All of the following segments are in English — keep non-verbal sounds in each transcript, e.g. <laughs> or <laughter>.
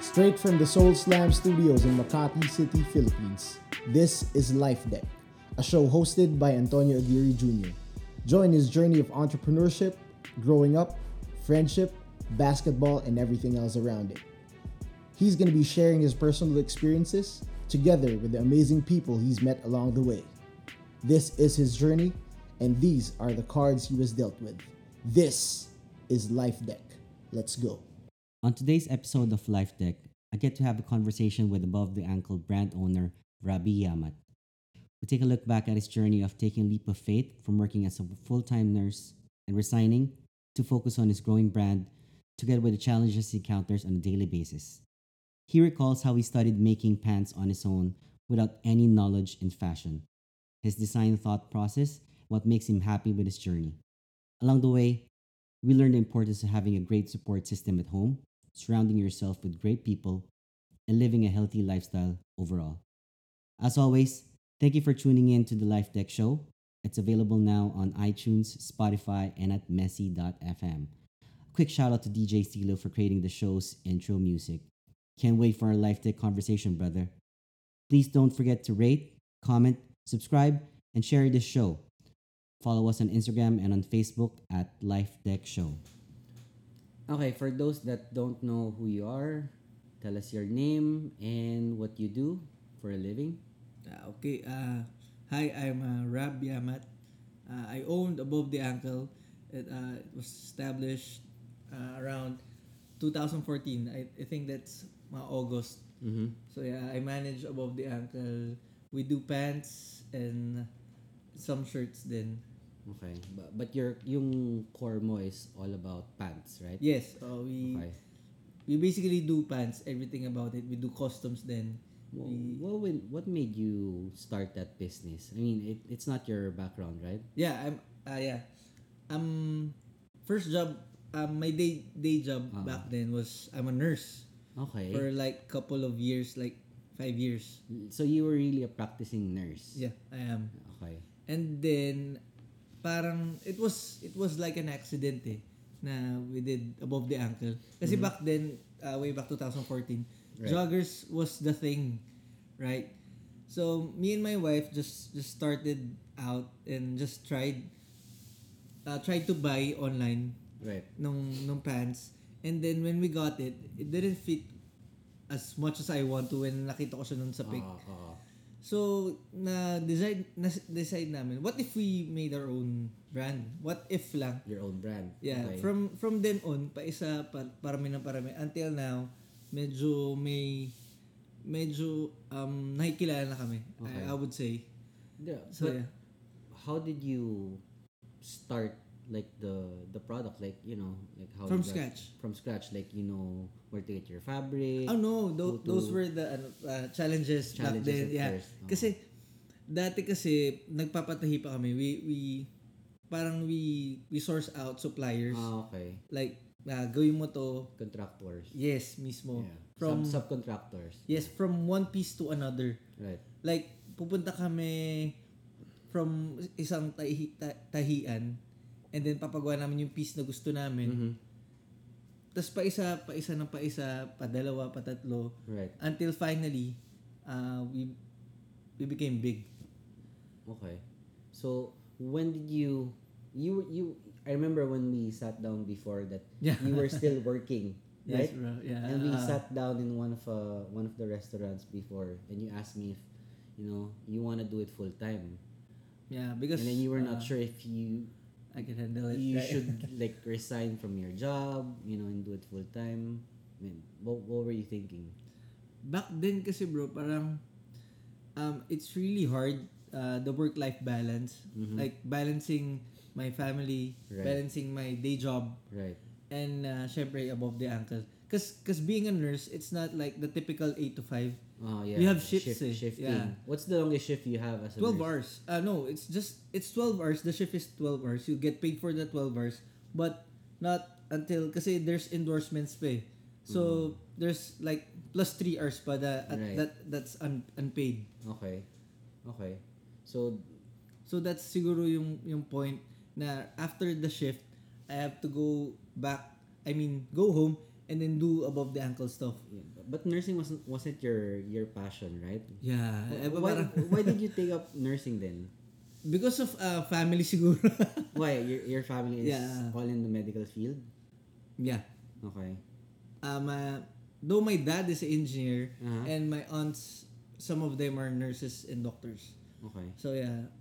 Straight from the Soul Slam Studios in Makati City, Philippines, this is Life Deck, a show hosted by Antonio Aguirre Jr. Join his journey of entrepreneurship, growing up, friendship, basketball, and everything else around it. He's going to be sharing his personal experiences together with the amazing people he's met along the way. This is his journey, and these are the cards he was dealt with. This is Life Deck. Let's go. On today's episode of Life Tech, I get to have a conversation with above the ankle brand owner Rabi Yamat. We take a look back at his journey of taking a leap of faith from working as a full time nurse and resigning to focus on his growing brand, together with the challenges he encounters on a daily basis. He recalls how he started making pants on his own without any knowledge in fashion, his design thought process, what makes him happy with his journey. Along the way, we learn the importance of having a great support system at home, surrounding yourself with great people, and living a healthy lifestyle overall. As always, thank you for tuning in to the Life Deck Show. It's available now on iTunes, Spotify, and at messy.fm. Quick shout out to DJ Stilo for creating the show's intro music. Can't wait for our Life Deck conversation, brother. Please don't forget to rate, comment, subscribe, and share this show. Follow us on Instagram and on Facebook at Life Deck Show. Okay, for those that don't know who you are, tell us your name and what you do for a living. Ah, okay. Uh, hi, I'm uh, Rab Yamat. Uh, I owned Above the Ankle. It, uh, it was established uh, around 2014. I, I think that's mga August. So yeah, I manage Above the Ankle. We do pants and some shirts then. Okay, but, but your yung core mo is all about pants, right? Yes, uh, we Okay. we basically do pants, everything about it. We do customs then. Well, We- what, will- what made you start that business? I mean, it, it's not your background, right? Yeah, I'm ah yeah. Um first job um my day day job Ah. Eh? back then was I'm a nurse Okay. for like couple of years, like 5 years. so you were really a practicing nurse. Yeah, I am. Okay. And then parang it was it was like an accident eh na we did above the ankle. Kasi back then uh, way back 2014, joggers was the thing, right? So me and my wife just just started out and just tried uh, tried to buy online Right. nung nung pants and then when we got it it didn't fit as much as I want to when nakita ko siya nun sa pic. Oo, oo. So, na decide na decide namin, what if we made our own brand? What if lang? your own brand. Yeah, Okay. from from then on, pa isa pa, parami ng parami until now, medyo may medyo um nakikilala na kami. Okay. I, I would say. Yeah, So, but yeah. how did you start like the the product like you know like how From you got- scratch. from scratch like you know where to get your fabric Oh no, Go tho- to- those were the ano, uh, challenges, back Challenges then. at Yeah. first, oh. oo. Kasi dati kasi nagpapatahi pa kami. We we parang we we source out suppliers. ah okay like uh, gawin mo to contractors Yes, mismo. yeah. From Sub- subcontractors Yes, from one piece to another. right Like pupunta kami from isang tahi, ta- tahian and then papagawa namin yung piece na gusto namin. Mhm. Tapos pa isa, pa isa ng pa isa, pa dalawa, pa tatlo right until finally uh, we we became big. okay so when did you you you I remember when we sat down before <laughs> that Yeah. you were still working right Yes, bro. Yeah. and we uh, sat down in one of uh, one of the restaurants before and you asked me if you know you want to do it full time yeah, because and then you were not uh, sure if you I can handle it. you right? <laughs> should like resign from your job you know and do it full time I mean, what, what were you thinking back then kasi bro, parang um, it's really hard uh, the work life balance, like balancing my family, Mm-hmm. Right. balancing my day job right and uh, syempre above the ankle. Cause, cause being a nurse, it's not like the typical 8 to 5. oh yeah You have shifts, eh. shifting Yeah. what's the longest shift you have as a 12 nurse? hours. Uh, no, it's just, it's 12 hours. The shift is 12 hours. You get paid for the 12 hours. But not until, kasi there's endorsements pa eh. So, there's like plus 3 hours pa that, Mm-hmm. Right. that that's un, unpaid. okay okay so So that's siguro yung yung point na after the shift, I have to go back, I mean, go home and then do above the ankle stuff. But nursing wasn't wasn't your your passion, right? Yeah. eh, Why, parang- <laughs> why did you take up nursing then? because of uh, family siguro. <laughs> Why your, your family is Yeah. all in the medical field? yeah. Okay. Um, uh, though my dad is an engineer Uh-huh. and my aunts, some of them are nurses and doctors. Okay. So yeah,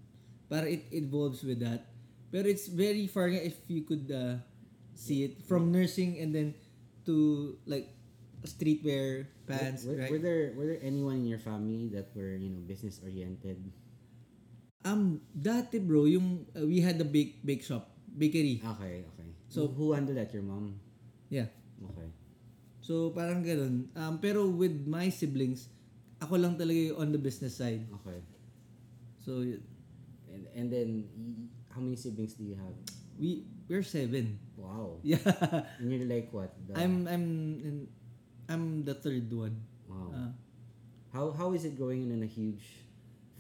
para it involves with that. Pero it's very far nga if you could uh, see it from nursing and then to like streetwear pants, were, right? were there were there anyone in your family that were you know business oriented? um, dati bro, yung uh, we had a bake bake shop, bakery. Okay, okay. So So- who handled that? Your mom. Yeah. Okay. So parang ganun. Um, pero with my siblings, ako lang talaga yung on the business side. Okay. So y- And and then y- how many siblings do you have? we we're seven. <laughs> Wow. Yeah. And you're like what? The, I'm I'm in- I'm the third one. wow. Uh, how how is it going in a huge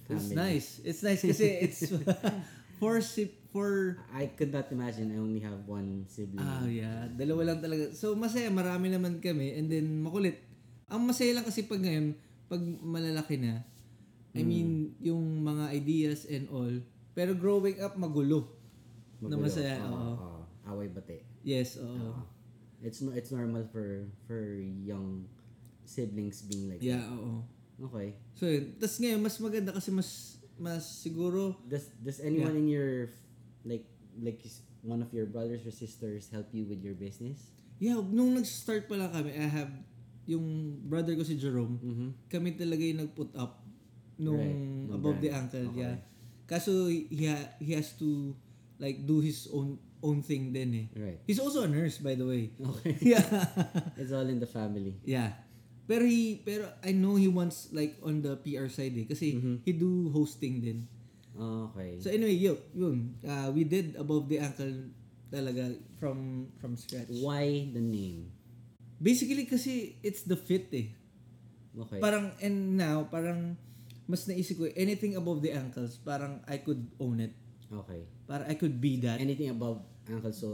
family? It's nice. It's nice kasi it's <laughs> for sip for I could not imagine I only have one sibling. ah yeah, dalawa lang talaga. So masaya, marami naman kami and then makulit. Ang masaya lang kasi pag ngayon, pag malalaki na, I mean, yung mga ideas and all. Pero growing up, magulo. Na Magulo. Ah. masaya, Oo, oo. oo. Away bate. Ah, Yes, oo. It's no, it's normal for for young siblings being like Yeah, oo. that. Okay. So, yun. tas ngayon, mas maganda kasi mas, mas siguro, Does does anyone in your f- like like s- one of your brothers or sisters help you with your business? yeah, nung nag-start pa lang kami, I have, yung brother ko si Jerome, Mhm. kami talaga yung nag-put up nung Right, nung above the brand. ankle, Okay. yeah. Kaso, he, ha- he has to, like, do his own own thing din eh. Right. He's also a nurse, by the way. Okay. <laughs> Yeah. it's all in the family. Yeah. Pero he pero I know he wants like on the PR side eh kasi Mm-hmm. he do hosting din. Okay. So anyway, yun, yun. Uh, we did above the ankle talaga from from scratch. Why the name? Basically kasi it's the fit eh. Okay. Parang and now parang mas naisip ko anything above the ankles parang I could own it. okay. Para I could be that. Anything above ankle so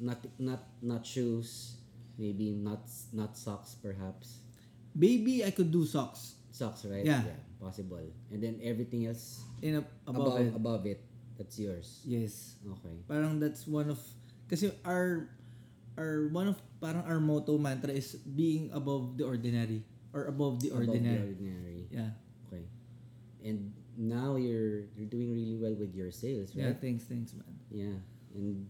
not not not shoes, maybe not not socks perhaps. Maybe I could do socks Socks, right? Yeah. Possible. And then everything else in a, above above, it. above it. That's yours. Yes. Okay. Parang that's one of kasi our our one of parang our motto mantra is being above the ordinary or above the Above the ordinary. ordinary. Yeah. Okay. And now you're you're doing really well with your sales, right? Yeah, thanks, thanks man. Yeah. And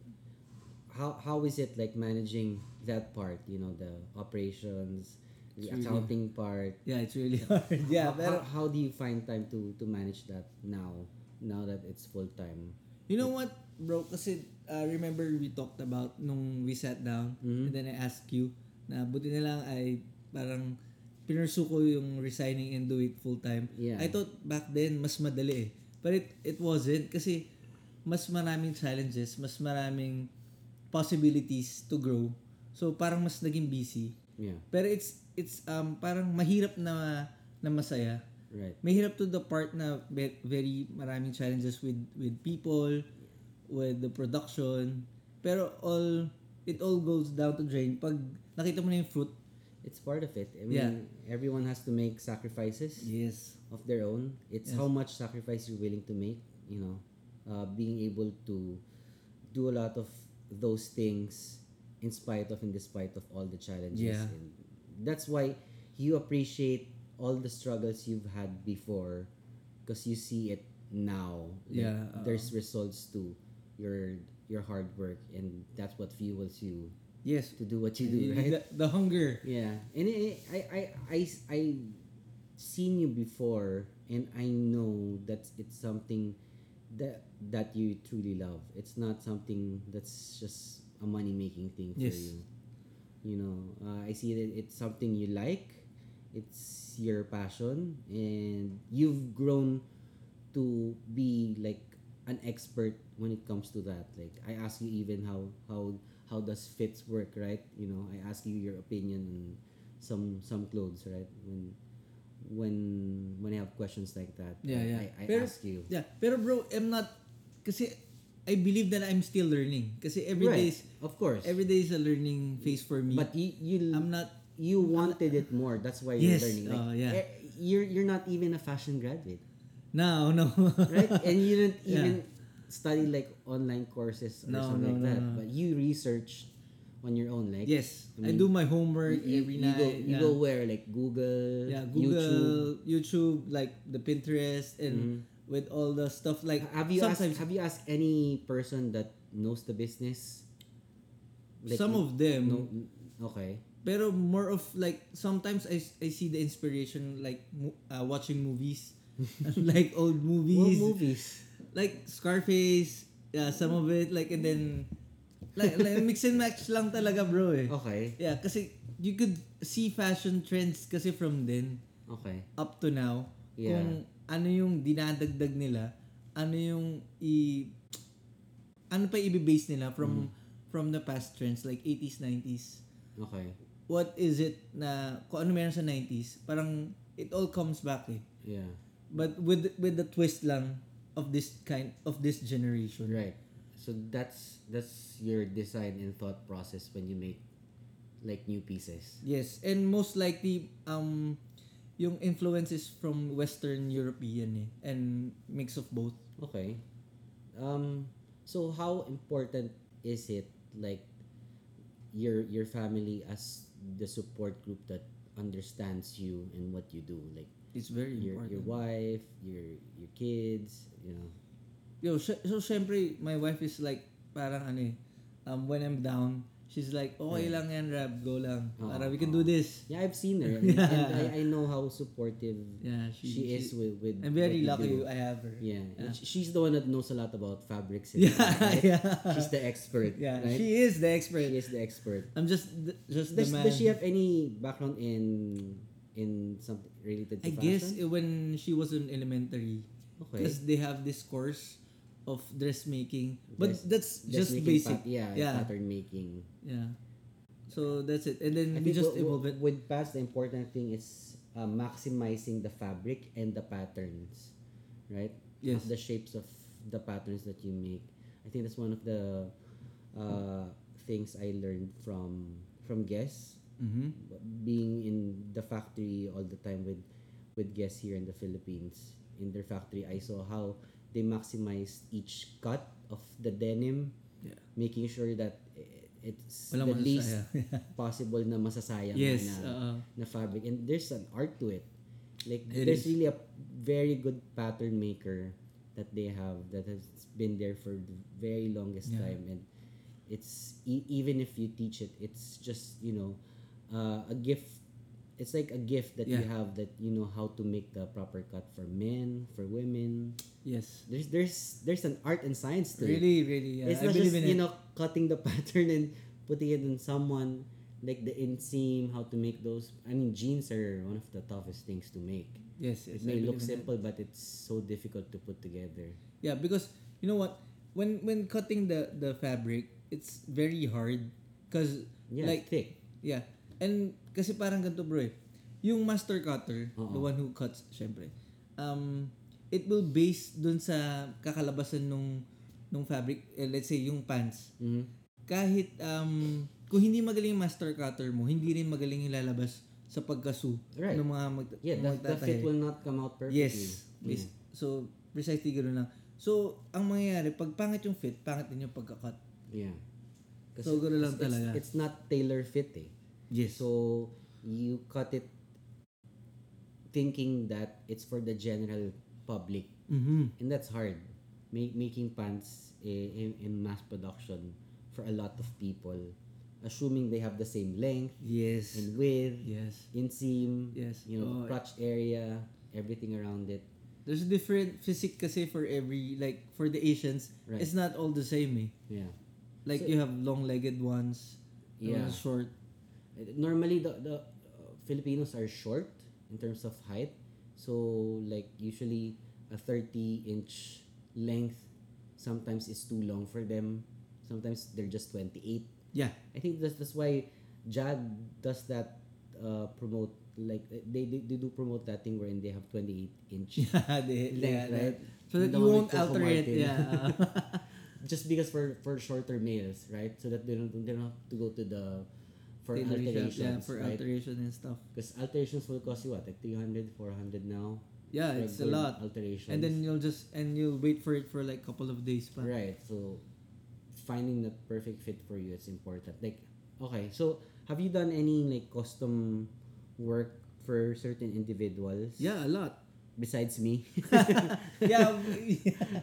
how how is it like managing that part, you know, the operations, the It's really- accounting part? Yeah, it's really <laughs> hard. Yeah, how, pero how, how do you find time to to manage that now now that it's full time? you know what, bro? Kasi uh, remember we talked about nung we sat down Mhm. and then I asked you na buti na lang ay parang pinursu ko yung resigning and do it full time. Yeah. I thought back then mas madali eh. But it it wasn't kasi mas maraming challenges, mas maraming possibilities to grow. So parang mas naging busy. Yeah. Pero it's it's um parang mahirap na na masaya. Right. Mahirap to the part na ve- very maraming challenges with with people, with the production. Pero all it all goes down to drain pag nakita mo na yung fruit. It's part of it. I mean, Yeah. everyone has to make sacrifices. Yes. of their own. It's Yes. how much sacrifice you're willing to make, you know, uh, being able to do a lot of those things in spite of and despite of all the challenges. Yeah. And that's why you appreciate all the struggles you've had before because you see it now. Yeah, uh-oh. there's results to your your hard work and that's what fuels you Yes. to do what you do, right? The, the hunger. Yeah, and I, I, I, I, I seen you before, and I know that it's something that that you truly love. It's not something that's just a money making thing for Yes. you. You know, uh, I see that it's something you like. It's your passion, and you've grown to be like an expert when it comes to that. Like I ask you even how how how does fits work, right? You know, I ask you your opinion on some some clothes, right? When when when I have questions like that, Yeah, yeah. I, I Pero- ask you. Yeah, pero bro, I'm not kasi I believe that I'm still learning kasi every Right. day is Of course. every day is a learning phase for me. but you, you I'm not you wanted it more. That's why Yes, you're learning. Like, oh, yeah. eh, you're you're not even a fashion graduate, now, no. <laughs> right? and you didn't Yeah. even study like online courses or No, something no, like no, that. no. But you researched on your own, like yes, I I, mean, do my homework you, every you night. go you yeah. go where like Google, yeah, YouTube. Google, YouTube. like the Pinterest and with all the stuff like Mm-hmm. Have you asked sometimes Have you asked any person that knows the business? some of them no, okay. Pero more of like sometimes I, I see the inspiration like mo- uh, watching <laughs> movies <laughs> like old What movies movies? like Scarface yeah some of it like and then like, like mix and match lang talaga bro <laughs> eh. Okay, Yeah kasi you could see fashion trends kasi from then okay. up to now Yeah. kung ano yung dinadagdag nila, ano yung i ano pa i-base nila from from the past trends like 80s 90s Okay. what is it na kung ano meron sa 90s, parang it all comes back eh. Yeah. But with with the twist lang of this kind of this generation. Right. So that's that's your design and thought process when you make like new pieces. Yes, and most likely um yung influences from Western European eh, and mix of both. Okay. Um so how important is it like your your family as the support group that understands you and what you do like It's very your important. your wife, your your kids, you know. Yo, sy- so syempre, my wife is like, parang ano eh, um, when I'm down, she's like, okay lang yan, Rab, go lang. Oo, Para we can oo. do this. Yeah, I've <laughs> seen her and, and I, I know how supportive Yeah, she, she, is with with I'm what very you <laughs> lucky do. I have her. Yeah, and Yeah. sh- she's the one that knows a lot about fabrics. and <laughs> Yeah, stuff, right? yeah. She's the expert. Yeah, right? she is the expert. She is the expert. I'm just th- just Does, the man. does she have any background in in something related to I guess fashion? it, when she was in elementary, okay. because they have this course of dressmaking, but Dress- that's just making basic. pat- yeah, yeah, pattern making. yeah. So that's it, and then I we think just w- evolve w- it. with past the important thing is uh, maximizing the fabric and the patterns, right? Yes. Of the shapes of the patterns that you make. I think that's one of the uh, things I learned from from guests Mm-hmm. being in the factory all the time with with guests here in the Philippines in their factory I saw how they maximized each cut of the denim Yeah. making sure that i- it's Walang the <laughs> least masasayang. possible na masasayang Yes, uh, uh-uh. na, oo. na fabric and there's an art to it like It there's is. really a very good pattern maker that they have that has been there for the very longest Yeah. time and it's e- even if you teach it it's just you know uh, a gift it's like a gift that you Yeah. have that you know how to make the proper cut for men for women Yes, there's there's there's an art and science to it really, really. Yeah. it's I not believe just in you it. know cutting the <laughs> pattern and putting it on someone like the inseam how to make those i mean jeans are one of the toughest things to make yes, yes, it I may look believe in it. simple but it's so difficult to put together Yeah, because you know what, when when cutting the the fabric, it's very hard, cause yeah like thick Yeah. And kasi parang ganito bro eh. Yung master cutter, Oo. the one who cuts, syempre, um, it will base dun sa kakalabasan nung, nung fabric, eh, let's say yung pants. Mhm. Kahit, um, kung hindi magaling yung master cutter mo, hindi rin magaling yung lalabas sa pagkasu Right. ng mga mag- yeah the, mga the magtatahe. fit will not come out perfectly eh? Yes. Yes. Yeah. So, precisely gano'n lang. So, ang mangyayari, pag pangit yung fit, pangit din yung pagkakat. yeah 'Cause So, ganun lang it's, it's- talaga. it's not tailor fit eh Yes. so you cut it thinking that it's for the general public mm and that's hard Make, making pants i- in, in mass production for a lot of people assuming they have the same length Yes. and width Yes. inseam Yes. you know Oh. crotch area everything around it There's a different physique kasi for every like for the Asians, Right. it's not all the same eh. yeah Like So- you have long-legged ones, Yeah. yeah, short. Uh, normally the, the uh, Filipinos are short in terms of height so like usually a 30 inch length sometimes is too long for them sometimes they're just 28 Yeah. <laughs> I think that's that's why Jag does that uh, promote like uh, they, they they do promote that thing wherein they have 28 inch <laughs> yeah, they, length yeah, right So that The you one won't with Coco alter it. Martin. Yeah. <laughs> just because for for shorter meals, right? So that they don't they don't have to go to the <laughs> for alterations, yeah, for right? alteration and stuff. Because alterations will cost you what, like 300, 400 now. Yeah, it's a Regular lot. Alterations. And then you'll just and you'll wait for it for like a couple of days pa. Right. So finding the perfect fit for you is important. Like okay, so have you done any like custom work for certain individuals? Yeah, a lot. Besides me. <laughs> <laughs> yeah, <laughs> we,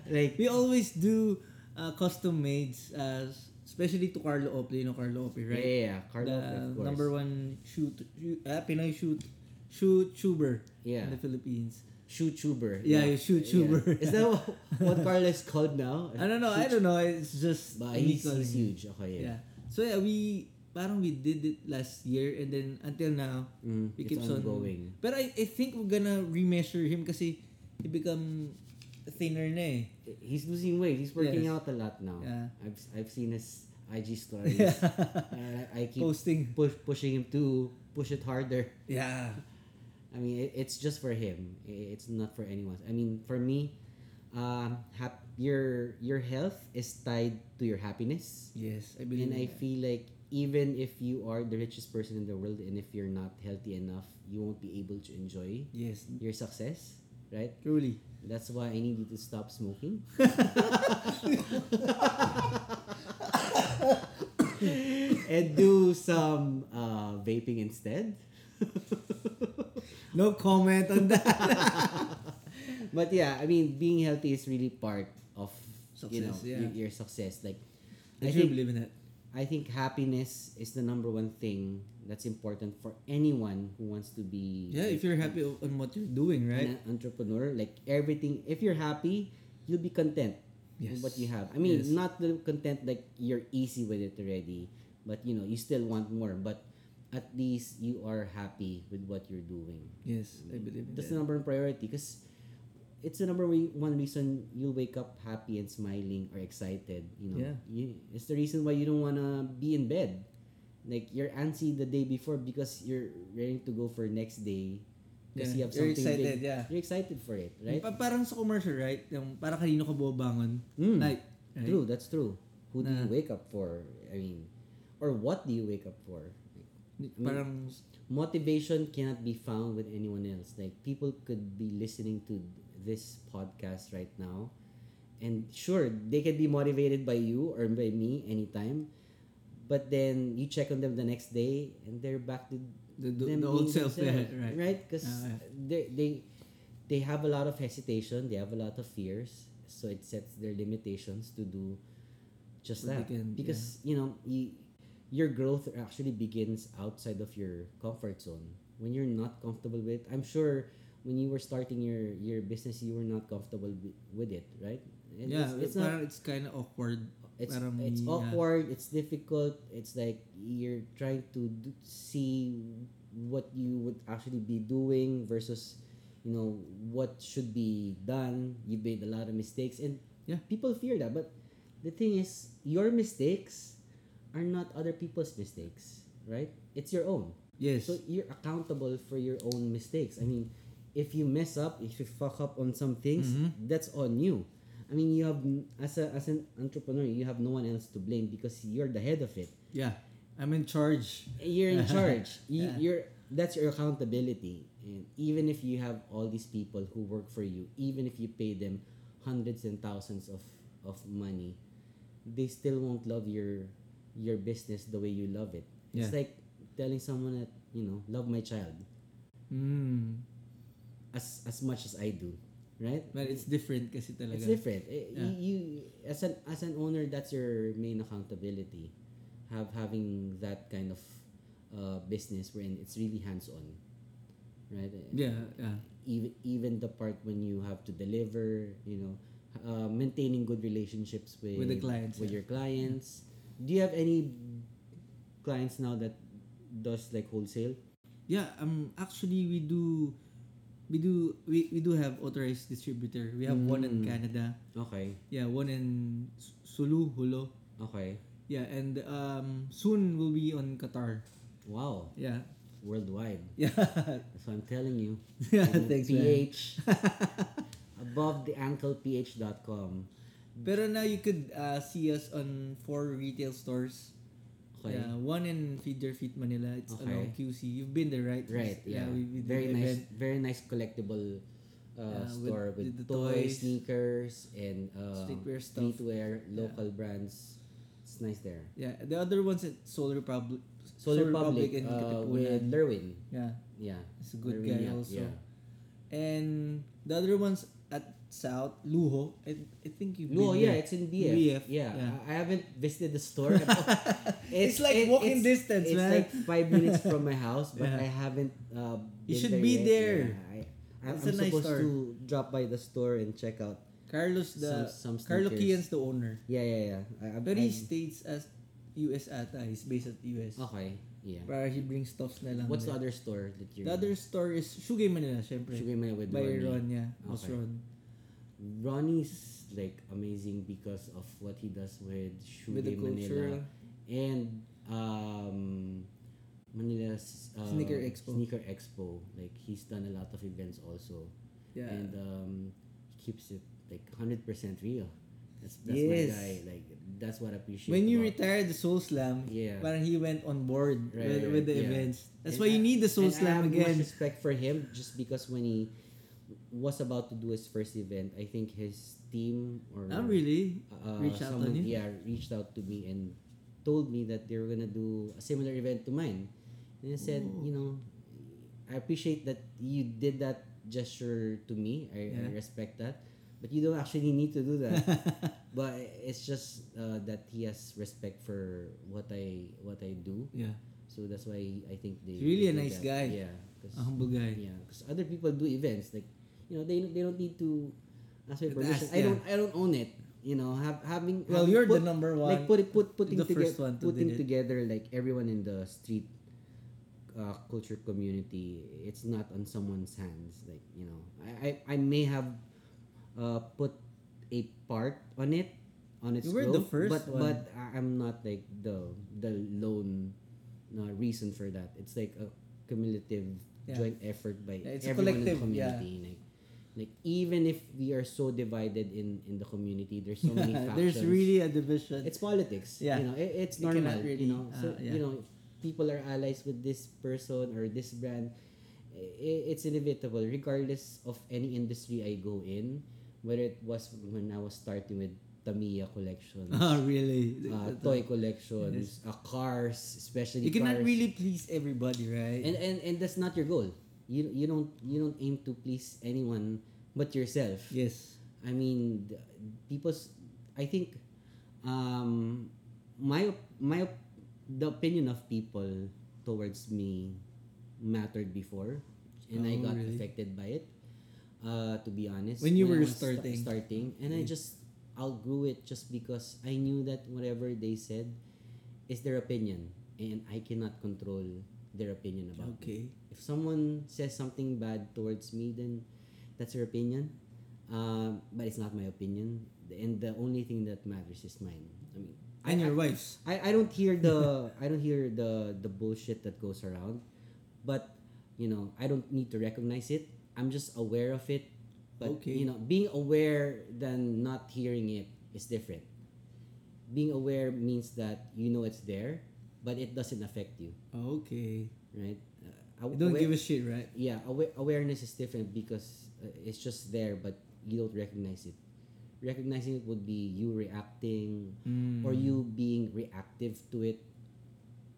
like we always do uh, custom mades uh, especially to Carlo Ope, you know Carlo Ope, yeah, right? yeah, yeah, Carlo, the of course. number one shoot, shoot uh, Pinoy shoot shoot tuber Yeah. in the Philippines. Shoe tuber. Yeah, you shoe tuber. Is that what, what <laughs> Carlo is called now? I don't know, I don't know. It's just But me he's, calling he's it. huge. Okay. Yeah. So yeah, we parang we did it last year and then until now Mm, we it's keeps ongoing. on. But I I think we're gonna remeasure him kasi he become thinner na eh. He's losing weight. He's working Yes. out a lot now. Yeah. I've I've seen his IG <laughs> stories. And I, I keep Posting. push, pushing him to push it harder. Yeah. I mean, it, it's just for him. I- It's not for anyone. I mean, for me, um, hap- your your health is tied to your happiness. Yes, I believe. And I in that. feel like even if you are the richest person in the world, and if you're not healthy enough, you won't be able to enjoy yes, your success, right? truly. That's why I need you to stop smoking. <laughs> and do some uh, vaping instead. No comment on that. but yeah, I mean, being healthy is really part of you know Success, yeah. your, your success. Like, <laughs> I, I do think believe in that. I think happiness is the number one thing that's important for anyone who wants to be Yeah, if you're happy o- on what you're doing, right? an entrepreneur. Like everything, if you're happy, you'll be content with Yes. what you have. I mean, Yes. not the content like you're easy with it already, but you know, you still want more. But at least you are happy with what you're doing. Yes, I believe in That's the that. number one priority because it's the number re- one reason you'll wake up happy and smiling or excited. You know, Yeah. you, it's the reason why you don't wanna be in bed. Like you're antsy the day before because you're ready to go for next day. Because Yeah, you have you're something excited, big. yeah. You're excited for it, right? Pa- parang sa commercial, right? Yung parang kanino ka bumabangon. Mm. Night. Right? True, that's true. Who do you Na- wake up for? I mean, or what do you wake up for? Parang Motivation cannot be found with anyone else. Like people could be listening to this podcast right now, and sure they can be motivated by you or by me anytime, but then you check on them the next day and they're back to the, the, them the old being self, yeah, themselves, right? right because Ah, yeah. they, they they have a lot of hesitation they have a lot of fears so it sets their limitations to do just But they that can- because you know you, your growth actually begins outside of your comfort zone when you're not comfortable with i'm sure when you were starting your your business you were not comfortable wi- with it right It- Yeah, it's, it's not parang it's kind of awkward. it's Parang, it's yeah. awkward. It's difficult. It's like you're trying to do, see what you would actually be doing versus, you know, what should be done. You made a lot of mistakes, and Yeah. people fear that. But the thing is, your mistakes are not other people's mistakes, right? It's your own. Yes. So you're accountable for your own mistakes. I mean, if you mess up, if you fuck up on some things, Mm-hmm. that's on you. I mean, you have as a as an entrepreneur, you have no one else to blame because you're the head of it. yeah. I'm in charge. You're <laughs> in charge. You, Yeah. You're that's your accountability. And even if you have all these people who work for you, even if you pay them hundreds and thousands of of money, they still won't love your your business the way you love it. It's Yeah. like telling someone that you know, love my child Mm. as as much as I do, right? But it's different kasi talaga. It's different. Eh, Yeah. You, you as an as an owner, that's your main accountability. Have having that kind of uh, business wherein it's really hands on, right? Eh, Yeah, yeah. Even even the part when you have to deliver, you know, uh, maintaining good relationships with With the clients, with your yeah. clients. Do you have any clients now that does like wholesale? Yeah, um actually we do we do we, we do have authorized distributor. We have one Hmm. in Canada. Okay, Yeah, one in S- Sulu, Hulo. okay. Yeah, and um soon will be on Qatar. Wow, Yeah. <laughs> worldwide. Yeah. That's what I'm telling you. <laughs> Yeah, And <laughs> thanks, man. PH above the ankle ph.com. Pero now you could uh, see us on four retail stores. Okay. Yeah, one in Feed Your Feet Manila. It's Okay. along QC. You've been there, right? Right, yeah. we, we did very the nice, event. very nice collectible uh, Yeah, with- store with, with the toys, toys, sneakers, and uh, streetwear stuff. streetwear, local brands. It's nice there. Yeah, the other one's at Solar Republic. Solar Public, and uh, Katipunan. with Lerwin. Yeah, Yeah, it's a good Lerwin, guy yeah, also. Yeah. And the other one's at South Luho. I, I think you've No, been yeah, there. it's in BF. BF, Yeah, yeah. I I haven't visited the store. it's, <laughs> It's like walking distance, it's man. like five minutes from my house, but Yeah. I haven't. Uh, been You should be yet. there. Yeah, I, I, It's I'm a nice supposed store. to drop by the store and check out. Carlos the Some- some Carlo sneakers. Kian's the owner. Yeah, yeah, yeah. I, I, But he I, stays at US ata. He's based at US. okay, yeah. Para he brings stuffs na lang. What's the there. other store that you're? The other store is Shugay Manila, syempre. Sugar Maya with By Ronnie. Ron, yeah. Boss Okay. Ron. Ronnie's like amazing because of what he does with Sugar With the Manila culture. and um Manila's uh, Sneaker Expo. Sneaker Expo. Like he's done a lot of events also, Yeah. and um, he keeps it like hundred percent real. That's that's Yes. my guy. Like that's what I appreciate. when you about- retire the Soul Slam, Yeah. parang he went on board Right, with, right, with the yeah. events. That's And why you I- need the Soul and I have much Slam again. respect for him just because when he was about to do his first event, I think his team or Not really. uh, Reached out someone, on you? yeah, reached out to me and told me that they were gonna do a similar event to mine. And I said, Oh. you know, I appreciate that you did that gesture to me. I, I Yeah. respect that. But you don't actually need to do <laughs> that. but it's just uh, that he has respect for what I what I do. Yeah. So that's why I think they. He's really they a did nice that. guy. Oh Yeah, because A humble guy. other people do events like, you know, they they don't need to ask my Ask, permission. I yeah. don't I don't own it. You know, have having Well, having you're the put- number one. Like <laughs> put put putting the together first one to putting did it. together like everyone in the street. Uh, culture community it's not on someone's hands like you know I I, I may have uh, put a part on it on its You were growth, the first but one. but I- I'm not like the the lone uh, reason for that. It's like a cumulative Yeah. joint effort by Yeah, it's a everyone in the collective, yeah. community. Like, like even if we are so divided in in the community, there's <laughs> so many factions. There's really a division. it's politics. Yeah. you know, it, it's You cannot normal. really, you know, so uh, yeah. you know, people are allies with this person or this brand. I- It's inevitable, regardless of any industry I go in. Whether it was when I was starting with Tamiya <laughs> collection, <laughs> oh, really? uh, That's- toy collections, uh, cars, especially You cannot cars. really please everybody, right? and, and and that's not your goal. You you don't you don't aim to please anyone but yourself. yes. I mean, the- people's. I think, um, my op- my op- the opinion of people towards me mattered before, and I Oh, got really? affected by it. Uh, to be honest, When you I were was sta- starting. Mm. starting, and I just outgrew it just because I knew that whatever they said is their opinion, and I cannot control their opinion about me Okay. if someone says something bad towards me, then that's their opinion. Um, but it's not my opinion, and the only thing that matters is mine. I mean, I, And your wife's. I, I don't hear the <laughs> I don't hear the the bullshit that goes around, but you know I don't need to recognize it. I'm just aware of it. But Okay. you know, being aware than not hearing it is different. Being aware means that you know it's there, but it doesn't affect you, Okay. right? Uh, You don't aware- give a shit, right? yeah awa- awareness is different because uh, it's just there but you don't recognize it recognizing it would be you reacting Mm, or you Hmm. being reactive to it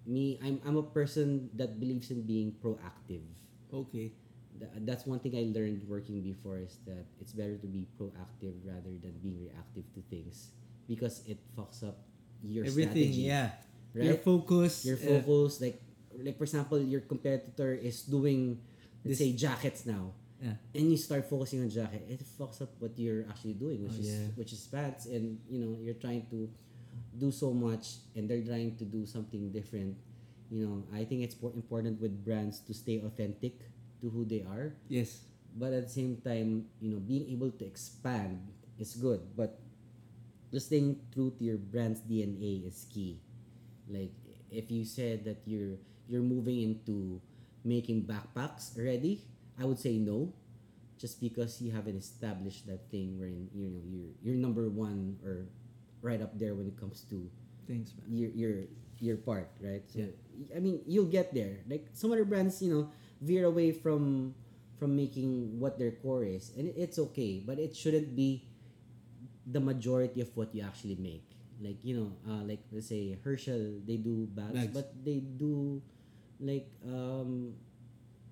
me I'm, I'm a person that believes in being proactive Okay. Th- that's one thing i learned working before is that it's better to be proactive rather than being reactive to things because it fucks up your Everything, strategy yeah. right? Your focus. your yeah. focus like like for example your competitor is doing let's This- say jackets now Yeah. and you start focusing on jacket it fucks up what you're actually doing which Oh, is yeah. which is pants and you know you're trying to do so much and they're trying to do something different you know i think it's po- important with brands to stay authentic to who they are Yes. but at the same time you know being able to expand is good but just staying true to your brand's dna is key like if you said that you're you're moving into making backpacks already i would say no just because you haven't established that thing wherein you know you're you're number one or right up there when it comes to Thanks, man. your your your part, right? So I mean, you'll get there. Like some other brands, you know, veer away from from making what their core is, and it- it's okay, but it shouldn't be the majority of what you actually make. Like you know, uh, like let's say Herschel, they do bags, Bags. but they do like um,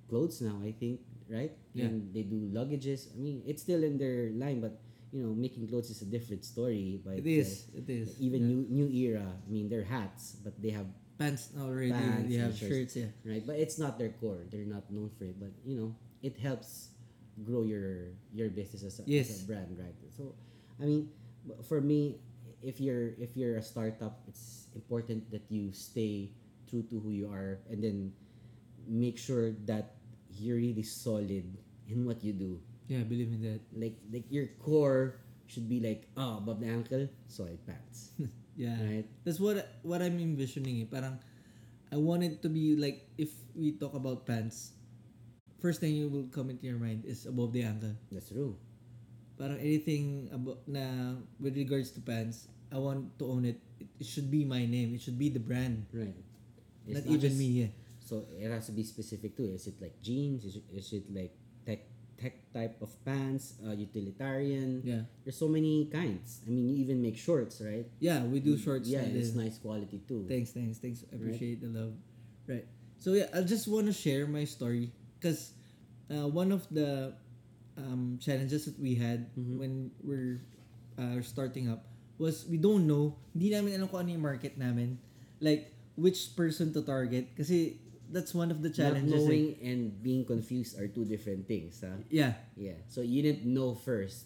clothes now. I think right, Yeah. and they do luggages. I mean, it's still in their line, but you know, making clothes is a different story. By It itself is. It is. even Yeah. new new era. I mean, they're hats, but they have pants already. Pants they and have shirts. shirts. Yeah. right. But it's not their core. They're not known for it. But you know, it helps grow your your business as a, as Yes. a brand, right? So, I mean, b- for me, if you're if you're a startup, it's important that you stay true to who you are, and then make sure that you're really solid in what you do Yeah, believe in that. like like your core should be like oh above the ankle solid <laughs> pants Yeah. right That's what what I'm envisioning. Eh. Parang I want it to be like if we talk about pants, first thing you will come into your mind is above the ankle. that's true Parang anything abo- na with regards to pants, I want to own it. it. It should be my name. It should be the brand. right It's not, even just- me. Yeah. so it has to be specific too is it like jeans is it, is it like tech tech type of pants uh, utilitarian Yeah. there's so many kinds i mean you even make shorts right Yeah, we do shorts. yeah and it's then- nice quality too Thanks, thanks, thanks. I appreciate the love. Right. So yeah, I just want to share my story because uh, one of the um, challenges that we had Mm-hmm. when we're uh, starting up was we don't know, hindi namin alam kung ano yung market namin. Like, which person to target. Kasi that's one of the not challenges. eh. knowing and being confused are two different things huh? Yeah. yeah so you didn't know first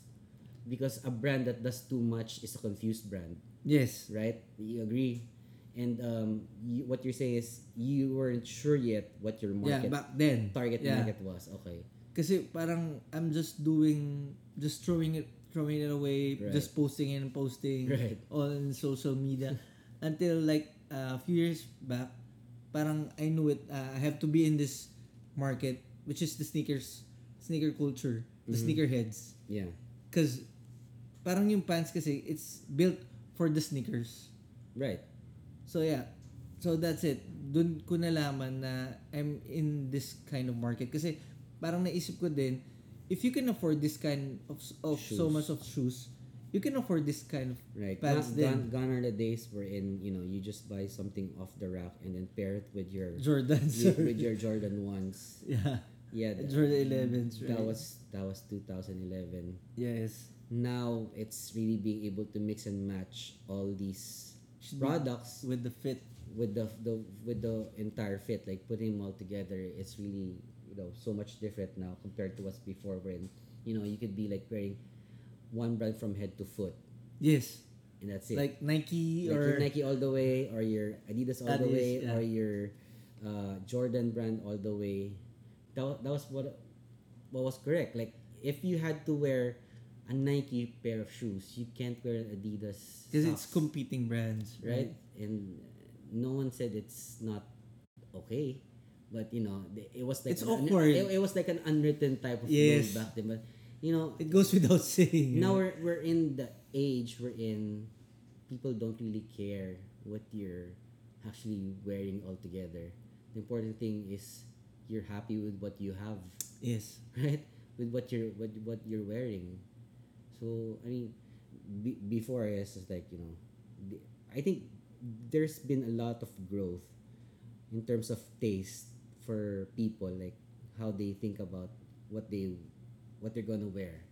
because a brand that does too much is a confused brand Yes. right? You agree. And um, you, what you're saying is you weren't sure yet what your Yeah, market back then. target yeah. market was. Okay, Kasi parang I'm just doing, just throwing it, throwing it away, Right. just posting and posting Right. on social <laughs> media until like a few years back, parang I knew it. uh, I have to be in this market, which is the sneakers, sneaker culture, Mm-hmm. the sneakerheads. yeah, Cause parang yung pants kasi it's built for the sneakers. right, So yeah. So that's it. Doon ko nalaman na I'm in this kind of market kasi parang naisip ko din if you can afford this kind of of so Shoes. much of shoes, you can afford this kind of right. pants Gone- then. gone, gone are the days wherein you know you just buy something off the rack and then pair it with your Jordans. with, with your Jordan ones. <laughs> yeah. Yeah, th- <laughs> Jordan 11s, right? That was that was 2011. Yes. Now it's really being able to mix and match all these Should be- products With the fit. with the, the with the entire fit, like putting them all together, it's really you know so much different now compared to what's before. When you know you could be like wearing one brand from head to foot, Yes. and that's it. Like Nike Like or your Nike all the way, or your Adidas all the Adidas, way, yeah. or your uh, Jordan brand all the way. That, wa- that was what what was correct. Like if you had to wear a Nike pair of shoes, you can't wear an Adidas because it's socks competing brands, right? Mm. And no one said it's not okay, but you know, th- it was like It's an un- awkward. it, it was like an unwritten type of Yes. rule back then, but you know, It goes without <laughs> saying. now we're we're in the age we're in. People don't really care what you're actually wearing altogether. The important thing is you're happy with what you have, Yes. <laughs> right? With what you're what what you're wearing. So I mean, be, before I guess it's like you know, the, I think there's been a lot of growth in terms of taste for people, like how they think about what they what they're gonna wear.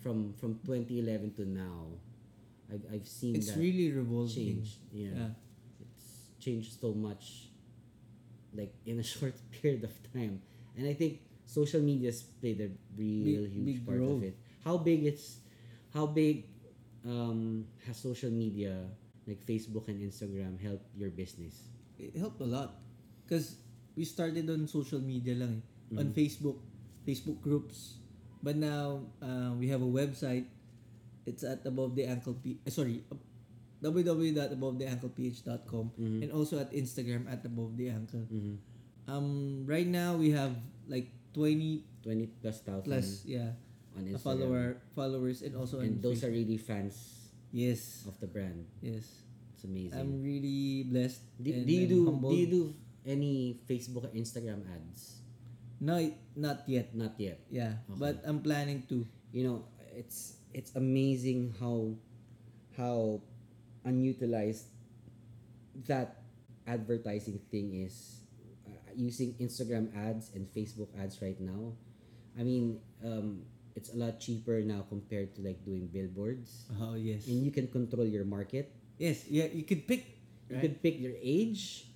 From from 2011 to now, I've I've seen It's that really revolving. change. Yeah. Yeah. it's changed so much, like in a <laughs> short period of time, and I think social media's played a real Big- huge big part role. of it. How big it's, how big, um, has social media like Facebook and Instagram help your business? it helped a lot because we started on social media lang eh. Mm-hmm. on Facebook Facebook groups but now uh, we have a website it's at above the ankle p eh, sorry ab- www.abovetheankleph.com Mm-hmm. and also at Instagram at above the ankle um right now we have like 20 20 plus thousand plus yeah on a Mm-hmm. Instagram. follower followers and also And on those are Facebook. really fans yes of the brand. yes It's amazing. I'm really blessed do, and do you I'm do humbled. do you do any Facebook or Instagram ads? no it- not yet Not yet. yeah Okay. but I'm planning to You know, it's it's amazing how how unutilized that advertising thing is. Uh, using Instagram ads and Facebook ads right now. I mean, um, it's a lot cheaper now compared to like doing billboards. oh yes And you can control your market. yes yeah you could pick You right? could pick your age,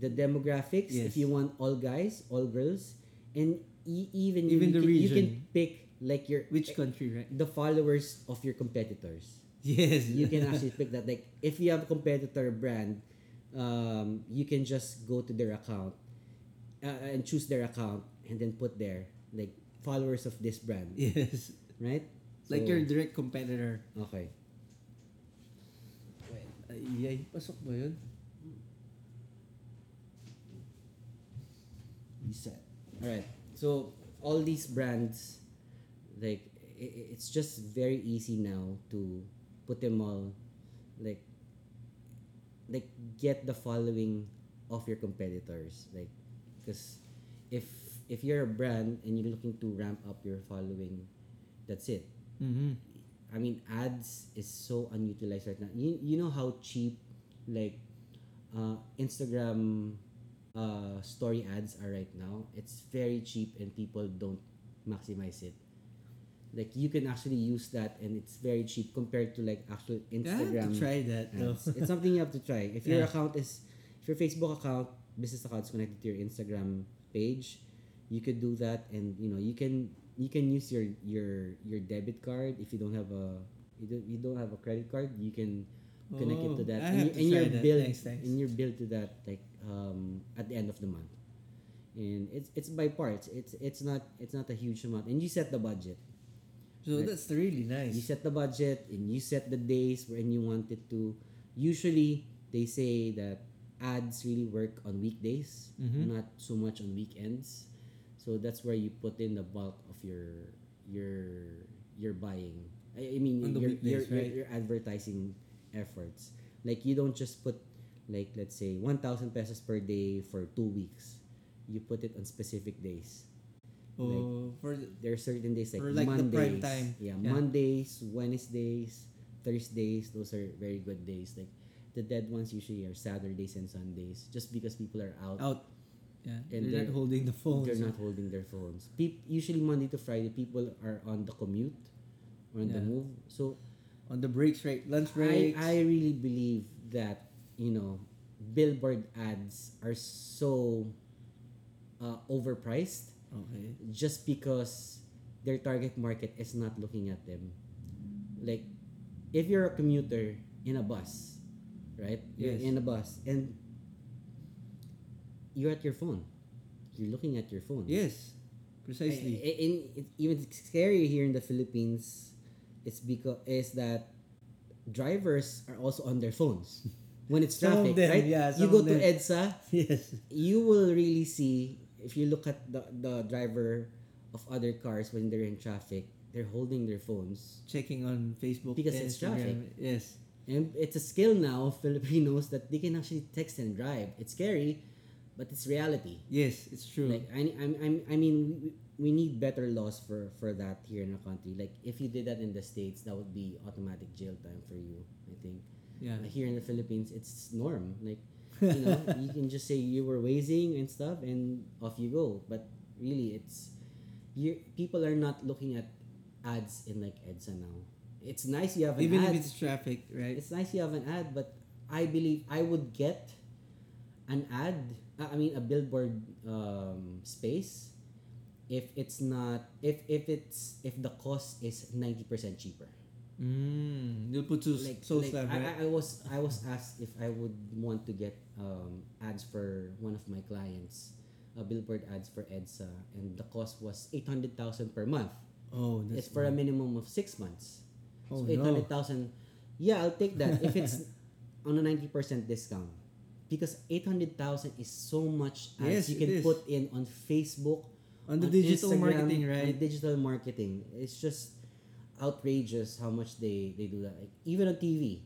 the demographics, if Yes. you want all guys, all girls, and e- even, you, can, Even the you can region. pick like your which country <laughs> right the followers of your competitors. yes You can actually pick that. Like if you have a competitor brand, um, you can just go to their account uh, and choose their account and then put there like followers of this brand, <laughs> yes right? like So, your direct competitor okay. ay ay pasok ba yun Reset. All right. So all these brands, like i- i- it's just very easy now to put them all, like, like get the following of your competitors, like, because if if you're a brand and you're looking to ramp up your following, that's it. mm-hmm. I mean, ads is so unutilized right now. You, you know how cheap, like, uh, Instagram uh, story ads are right now? It's very cheap and people don't maximize it. Like, you can actually use that and it's very cheap compared to, like, actual I have Instagram to try that though ads. it's something you have to try. If your Yeah. account is, if your Facebook account, business account is connected to your Instagram page, you could do that, and you know you can you can use your your your debit card if you don't have a you don't, you don't have a credit card, you can connect it to Oh, that, I and, have you, to and try you're that. billed Thanks, thanks. and you're billed to that like um at the end of the month. And it's it's by parts. It's it's not it's not a huge amount, and you set the budget. <laughs> so Right. that's really nice You set the budget and you set the days when you want it to. Usually, they say that ads really work on weekdays, Mhm. not so much on weekends. So that's where you put in the bulk of your your your buying. I, I mean, On the your, your, your, weekdays, right? your advertising efforts. Like you don't just put like let's say one thousand pesos per day for two weeks. You put it on specific days oh for the- there are certain days like, Or like the Mondays. prime time. Yeah, Yeah. Mondays, Wednesdays, Thursdays. Those are very good days. Like the dead ones usually are Saturdays and Sundays, just because people are out. out oh. yeah And they're they're- not holding the phone They're not holding their phones. Peop- usually Monday to Friday, people are on the commute, or on the Yeah. move. So on the breaks right lunch breaks I, I really believe that you know billboard ads are so uh, overpriced okay just because their target market is not looking at them. Like, if you're a commuter in a bus, right? You're Yes. in a bus and you're at your phone. You're looking at your phone. yes I- precisely I- and it- even scary here in the Philippines, it's because is that drivers are also on their phones <laughs> when it's Some traffic, of them, right? yeah, you some go of to them. EDSA, <laughs> yes you will really see if you look at the, the driver of other cars when they're in traffic they're holding their phones checking on Facebook Because and it's Instagram. Yes, and it's a skill now of <laughs> filipinos that they can actually text and drive it's scary but it's reality yes, it's true. like i, I, I, I mean we, we need better laws for, for that here in our country like if you did that in the states that would be automatic jail time for you i think yeah, Uh, here in the Philippines, it's norm. Like, you <laughs> know, you can just say you were raising and stuff, and off you go. But really, it's you. People are not looking at ads in like EDSA now. It's nice you have an even ad. if it's traffic, right? it's nice you have an ad, but I believe I would get an ad. uh, I mean, a billboard um, space if it's not if if it's if the cost is ninety percent cheaper Mm, you'll put so, like, so like, stuff, I, right? I- I was I was asked if I would want to get um, ads for one of my clients, uh, billboard ads for EDSA, and the cost was eight hundred thousand per month. oh, that's it's for a minimum of six months. Oh, so eight no. hundred thousand. Yeah, I'll take that if <laughs> it's on a ninety percent discount, because eight hundred thousand is so much ads Yes, you it can is. put in on Facebook, On the digital Instagram, marketing, on right? digital marketing, it's just outrageous how much they they do that. Like, even on TV,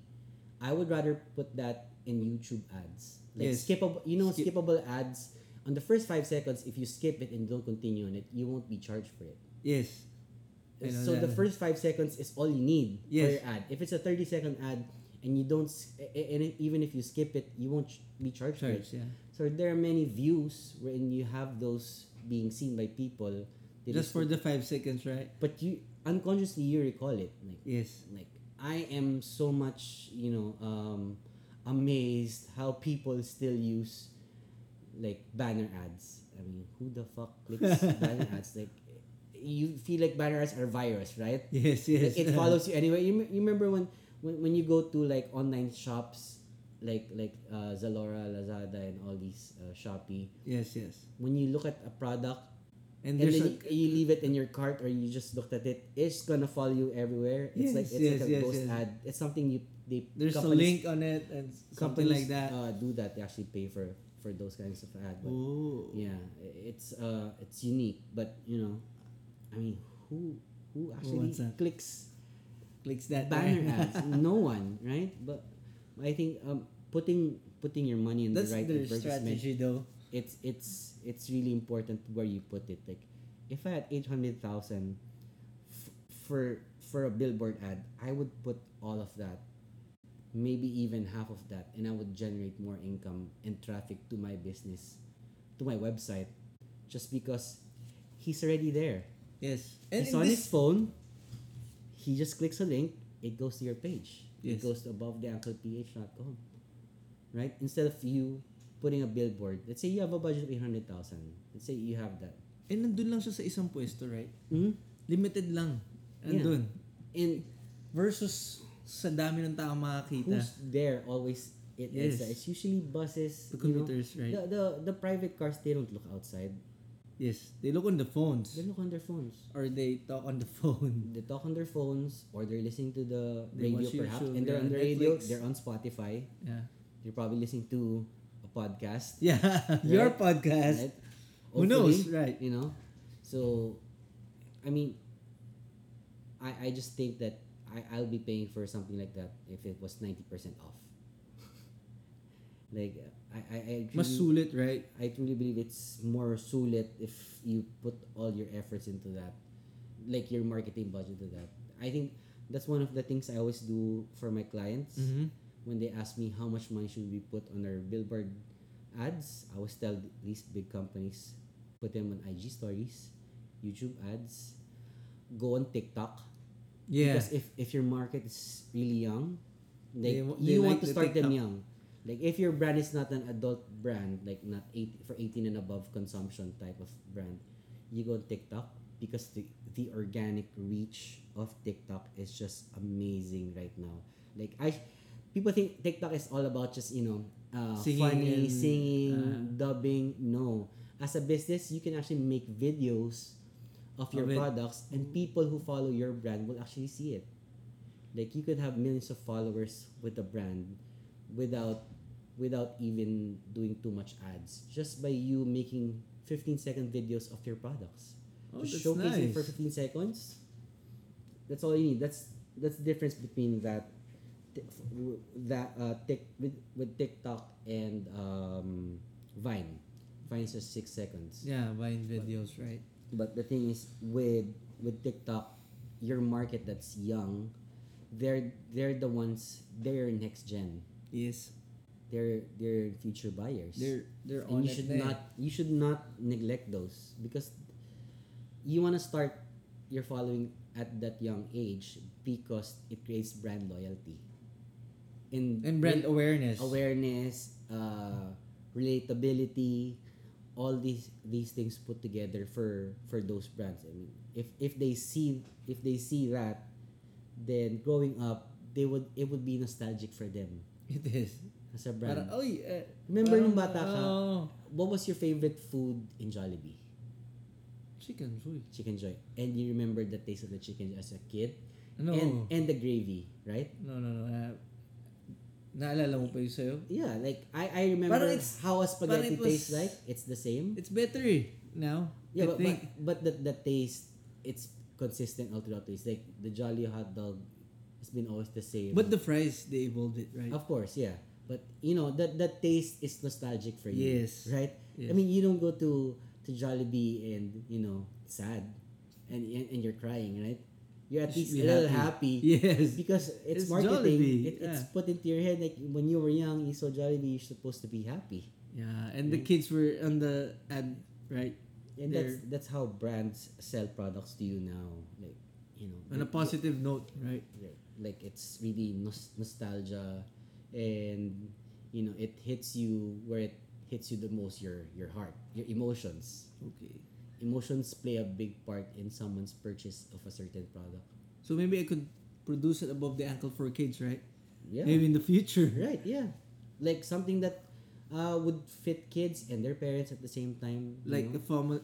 I would rather put that in YouTube ads. Like Yes. skippable, you know, Skip- skippable ads. On the first five seconds, if you skip it and don't continue on it, you won't be charged for it. Yes. I know So that. the first five seconds is all you need Yes. for your ad. If it's a thirty second ad and you don't, s- a- a- and even if you skip it, you won't ch- be charged for it. charge, yeah. So there are many views when you have those being seen by people. They Just for the five seconds, right? but you unconsciously you recall it. Like Yes. <laughs> like I am so much you know um, amazed how people still use like banner ads. I mean, who the fuck clicks banner ads? Like you feel like banner ads are virus, right? Yes, yes. Like, it follows you anyway. You, you remember when, when when you go to like online shops like like uh, Zalora, Lazada, and all these uh, Shopee. <laughs> yes, yes. When you look at a product and, And, there's then a, you, you leave it in your cart or you just looked at it, it's gonna follow you everywhere. It's like Yes, it's yes, like a yes, ghost yes. ad. It's something you they there's a companies- link on it and s- something like companies, that. Uh, do that. They actually pay for for those kinds of ad. But oh. uh, yeah, i- it's uh it's unique. But you know, I mean, who who actually wants that? <laughs> clicks Clicks that banner <laughs> right? ads? No one, right? But I think um putting putting your money in That's the right their advertisement strategy, though. it's it's it's really important where you put it. Like, if I had eight hundred thousand for for a billboard ad, I would put all of that, maybe even half of that, and I would generate more income and traffic to my business, to my website, just because he's already there. Yes. And he's in on this- his phone. He just clicks a link. It goes to your page. Yes. It goes to abovetheankleph.com. Right? Instead of you putting a billboard, let's say you have a budget of 800,000. Let's say you have that. And nandun lang siya sa isang pwesto, right? Mhm. Limited lang. Andun. And Versus sa dami ng tao makakita. who's there always? It Yes. is that. It's usually buses. you The know. commuters, right? The, the, the private cars, they don't look outside. Yes. They look on the phones. They look on their phones. Or they talk on the <laughs> phone. They talk on their phones or they're listening to the They radio watch perhaps. YouTube, And they're yeah, on the radio, Netflix. they're on Spotify. Yeah. You're probably listening to a podcast. Yeah. Your podcast. right? Who Hopefully, knows, right. You know, so I mean, I I just think that I I'll be paying for something like that if it was ninety percent off. like I I I Mas truly, sulit, right? I truly believe it's more sulit if you put all your efforts into that, like your marketing budget to that. I think that's one of the things I always do for my clients Mm-hmm. when they ask me how much money should we put on our billboard ads, I always tell these big companies, put them on IG stories, YouTube ads, go on TikTok. Yeah. Because if, if your market is really young, like, They wa- they you want like to the start them TikTok. young. Like if your brand is not an adult brand, like not eight for eighteen and above consumption type of brand, you go on TikTok because the the organic reach of TikTok is just amazing right now. Like I, people think TikTok is all about just you know uh, Singing funny and, singing, uh, dubbing. No, as a business, you can actually make videos of your Of it. products, and people who follow your brand will actually see it. Like you could have millions of followers with a brand, without without even doing too much ads, just by you making 15 second videos of your products. Oh, Just that's showcase it nice. for 15 seconds. That's all you need. That's that's the difference between that ti- w- that uh tick with, with TikTok and um Vine. Vine is just six seconds. Yeah, buying videos, right? But the thing is with with TikTok, your market that's young, they're th're the ones they're next gen. Yes. They're they're future buyers. They're they're on and you it should na eh. not you should not neglect those because you want to start your following at that young age because it creates brand loyalty and, and brand awareness. awareness uh, relatability all these these things put together for for those brands i mean if if they see if they see that then growing up they would it would be nostalgic for them <laughs> It is. as a brand Parang, oy, eh, Remember parang, nung bata ka? oh, what was your favorite food in Jollibee? chicken, uy. Chicken Joy. And you remember the taste of the chicken as a kid? No. And, and the gravy, right? no, no, no. ah, naalala mo pa yun sa'yo? Yeah, like I, I remember Parang it's- how a spaghetti parang it was- tastes like. It's the same. It's better eh. now. Yeah, I but, think but but the the taste it's consistent all throughout. It's like the Jolly hot dog has been always the same. but the fries they evolved it right. of course, yeah. But you know that that taste is nostalgic for you. Yes. Right. I Yes. mean, you don't go to to Jollibee and you know sad, and and, and you're crying, right? You're at You least should a be little happy. happy. <laughs> Yes. Because it's, It's marketing. Jollibee, It, It's yeah. put into your head like when you were young, you saw Jollibee, you're supposed to be happy. Yeah, and the kids were on the ad right And They're- that's that's how brands sell products to you now. Like you know, on a they- positive note, right? Right. Like it's really nos- nostalgia, and you know it hits you where it hits you the most your your heart, your emotions. Okay. Emotions play a big part in someone's purchase of a certain product. So maybe I could produce it above the ankle for kids, right? Yeah. Maybe in the future. Right. Yeah. Like something that uh, would fit kids and their parents at the same time. you Like know? a formal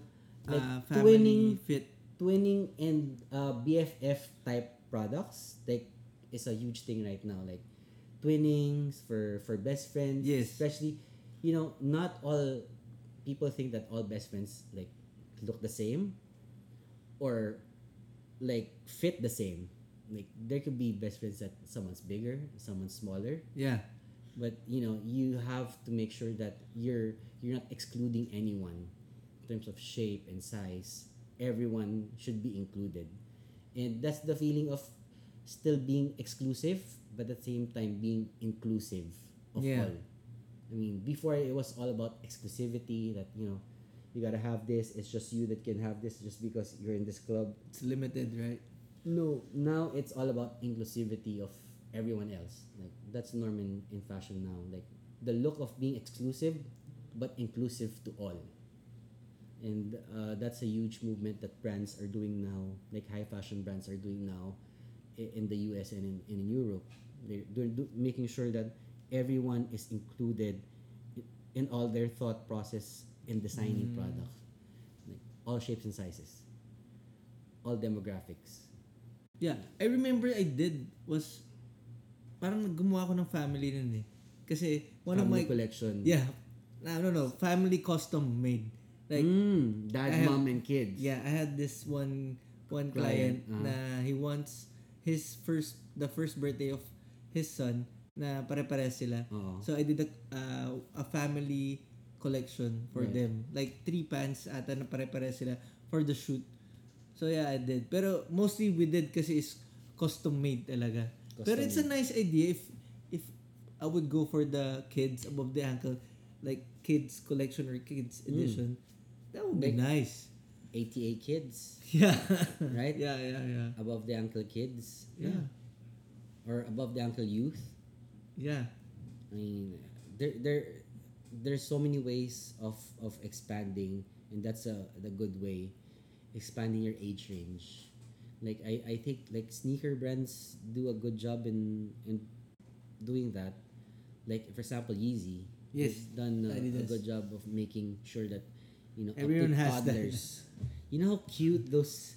Like uh, twinning. family fit. twinning and uh, BFF type products like is a huge thing right now. Like twinnings for for best friends, Yes. especially you know not all people think that all best friends like look the same or like fit the same. Like there could be best friends that someone's bigger, someone's smaller, Yeah. but you know you have to make sure that you're you're not excluding anyone in terms of shape and size everyone should be included and that's the feeling of still being exclusive but at the same time being inclusive of Yeah. all i mean before it was all about exclusivity that you know you gotta have this it's just you that can have this just because you're in this club It's limited, right? no, now it's all about inclusivity of everyone else. Like that's the norm in, in fashion now. Like the look of being exclusive, but inclusive to all. And uh, that's a huge movement that brands are doing now. Like high fashion brands are doing now, i- in the U.S. and in, in Europe. They're, they're do- making sure that everyone is included i- in all their thought process in designing products, like all shapes and sizes, all demographics. Yeah. I remember I did was parang gumawa ako ng family nun eh. Kasi one family of my collection. yeah, I don't know, family custom made. Like Mm, dad, I have- mom, and kids. Yeah, I had this one one Client, client, uh-huh. na he wants his first the first birthday of his son na pare-pare sila. Oo. So I did a uh, a family collection for Right. them. Like three pants ata na pare-pare sila for the shoot. So yeah, I did. Pero mostly we did kasi is custom made talaga. Pero it's a nice idea if if I would go for the kids above the ankle like kids collection or kids edition. That would be nice. 88 kids, Yeah. <laughs> right? yeah, yeah, yeah. Above the ankle kids. Yeah. Or above the ankle youth. Yeah. I mean, there, there, there's so many ways of, of expanding, and that's a the good way, expanding your age range. Like I, I think like sneaker brands do a good job in in doing that. Like for example, Yeezy. Yes, they've done a, a Adidas. good job of making sure that you know up to Everyone has that. <laughs> toddlers. You know how cute those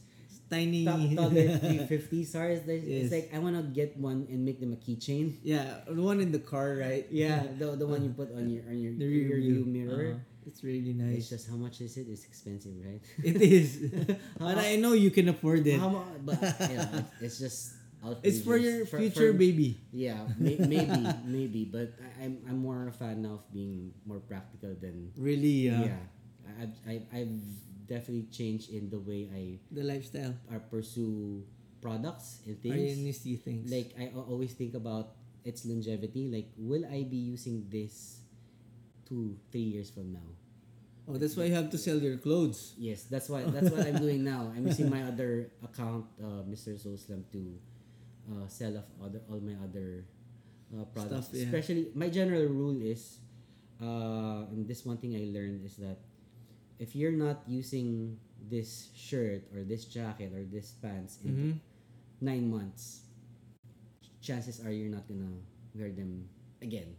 Tiny. top <laughs> toddler 350s are. It's like- It's Yes. like I wanna get one and make them a keychain. yeah, the one in the car, right? Yeah, the, the one you put on your on your, Uh, The your rear view view mirror. Uh-huh. It's really It's <laughs> nice. just how much is it? It's expensive, <laughs> right? it is. but I know you can afford it. how mu- But you know, <laughs> it's- it's just It's for your outrageous. future baby. <laughs> Yeah, may, <laughs> maybe, maybe. But I, I'm I'm more a fan of being more practical than Really, uh, yeah. yeah. I, I've I, I've definitely changed in the way I The lifestyle. I pursue products and Are you things. nasty things? Like I al- always think about its longevity. Like, will I be using this two three years from now? oh, that's why you have to sell your clothes. Yes, that's why that's what <laughs> I'm doing now. I'm using my other account, uh, Mr. Zoslam, to uh, sell off other all my other uh, products. Stuff, yeah. Especially my general rule is, uh, and this one thing I learned is that if you're not using this shirt or this jacket or this pants in Mhm. nine months, chances are you're not gonna wear them again.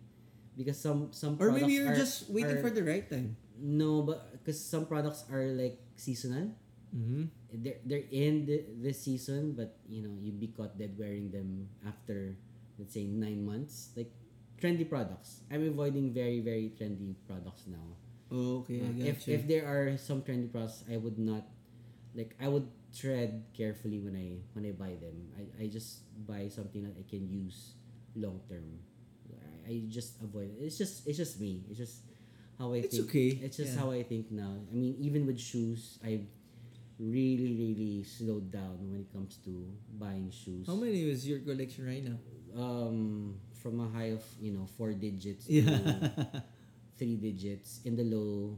Because some some Or maybe products you're are- just waiting are- for the right time. no, but because some products are like seasonal. Mm-hmm. They're, they're in the, this season, but you know you'd be caught dead wearing them after, let's say nine months. Like trendy products. I'm avoiding very very trendy products now. Oh, okay. I Uh, got if you. if there are some trendy products, I would not like I would tread carefully when I when I buy them. I, I just buy something that I can use long term. I, I just avoid it. It's just it's just me. It's just how I It's think. okay. It's just Yeah. how I think now. I mean, even with shoes, I really really slowed down when it comes to buying shoes. How many is your collection right now? Um, from a high of you know four digits. to Yeah. <laughs> three digits in the low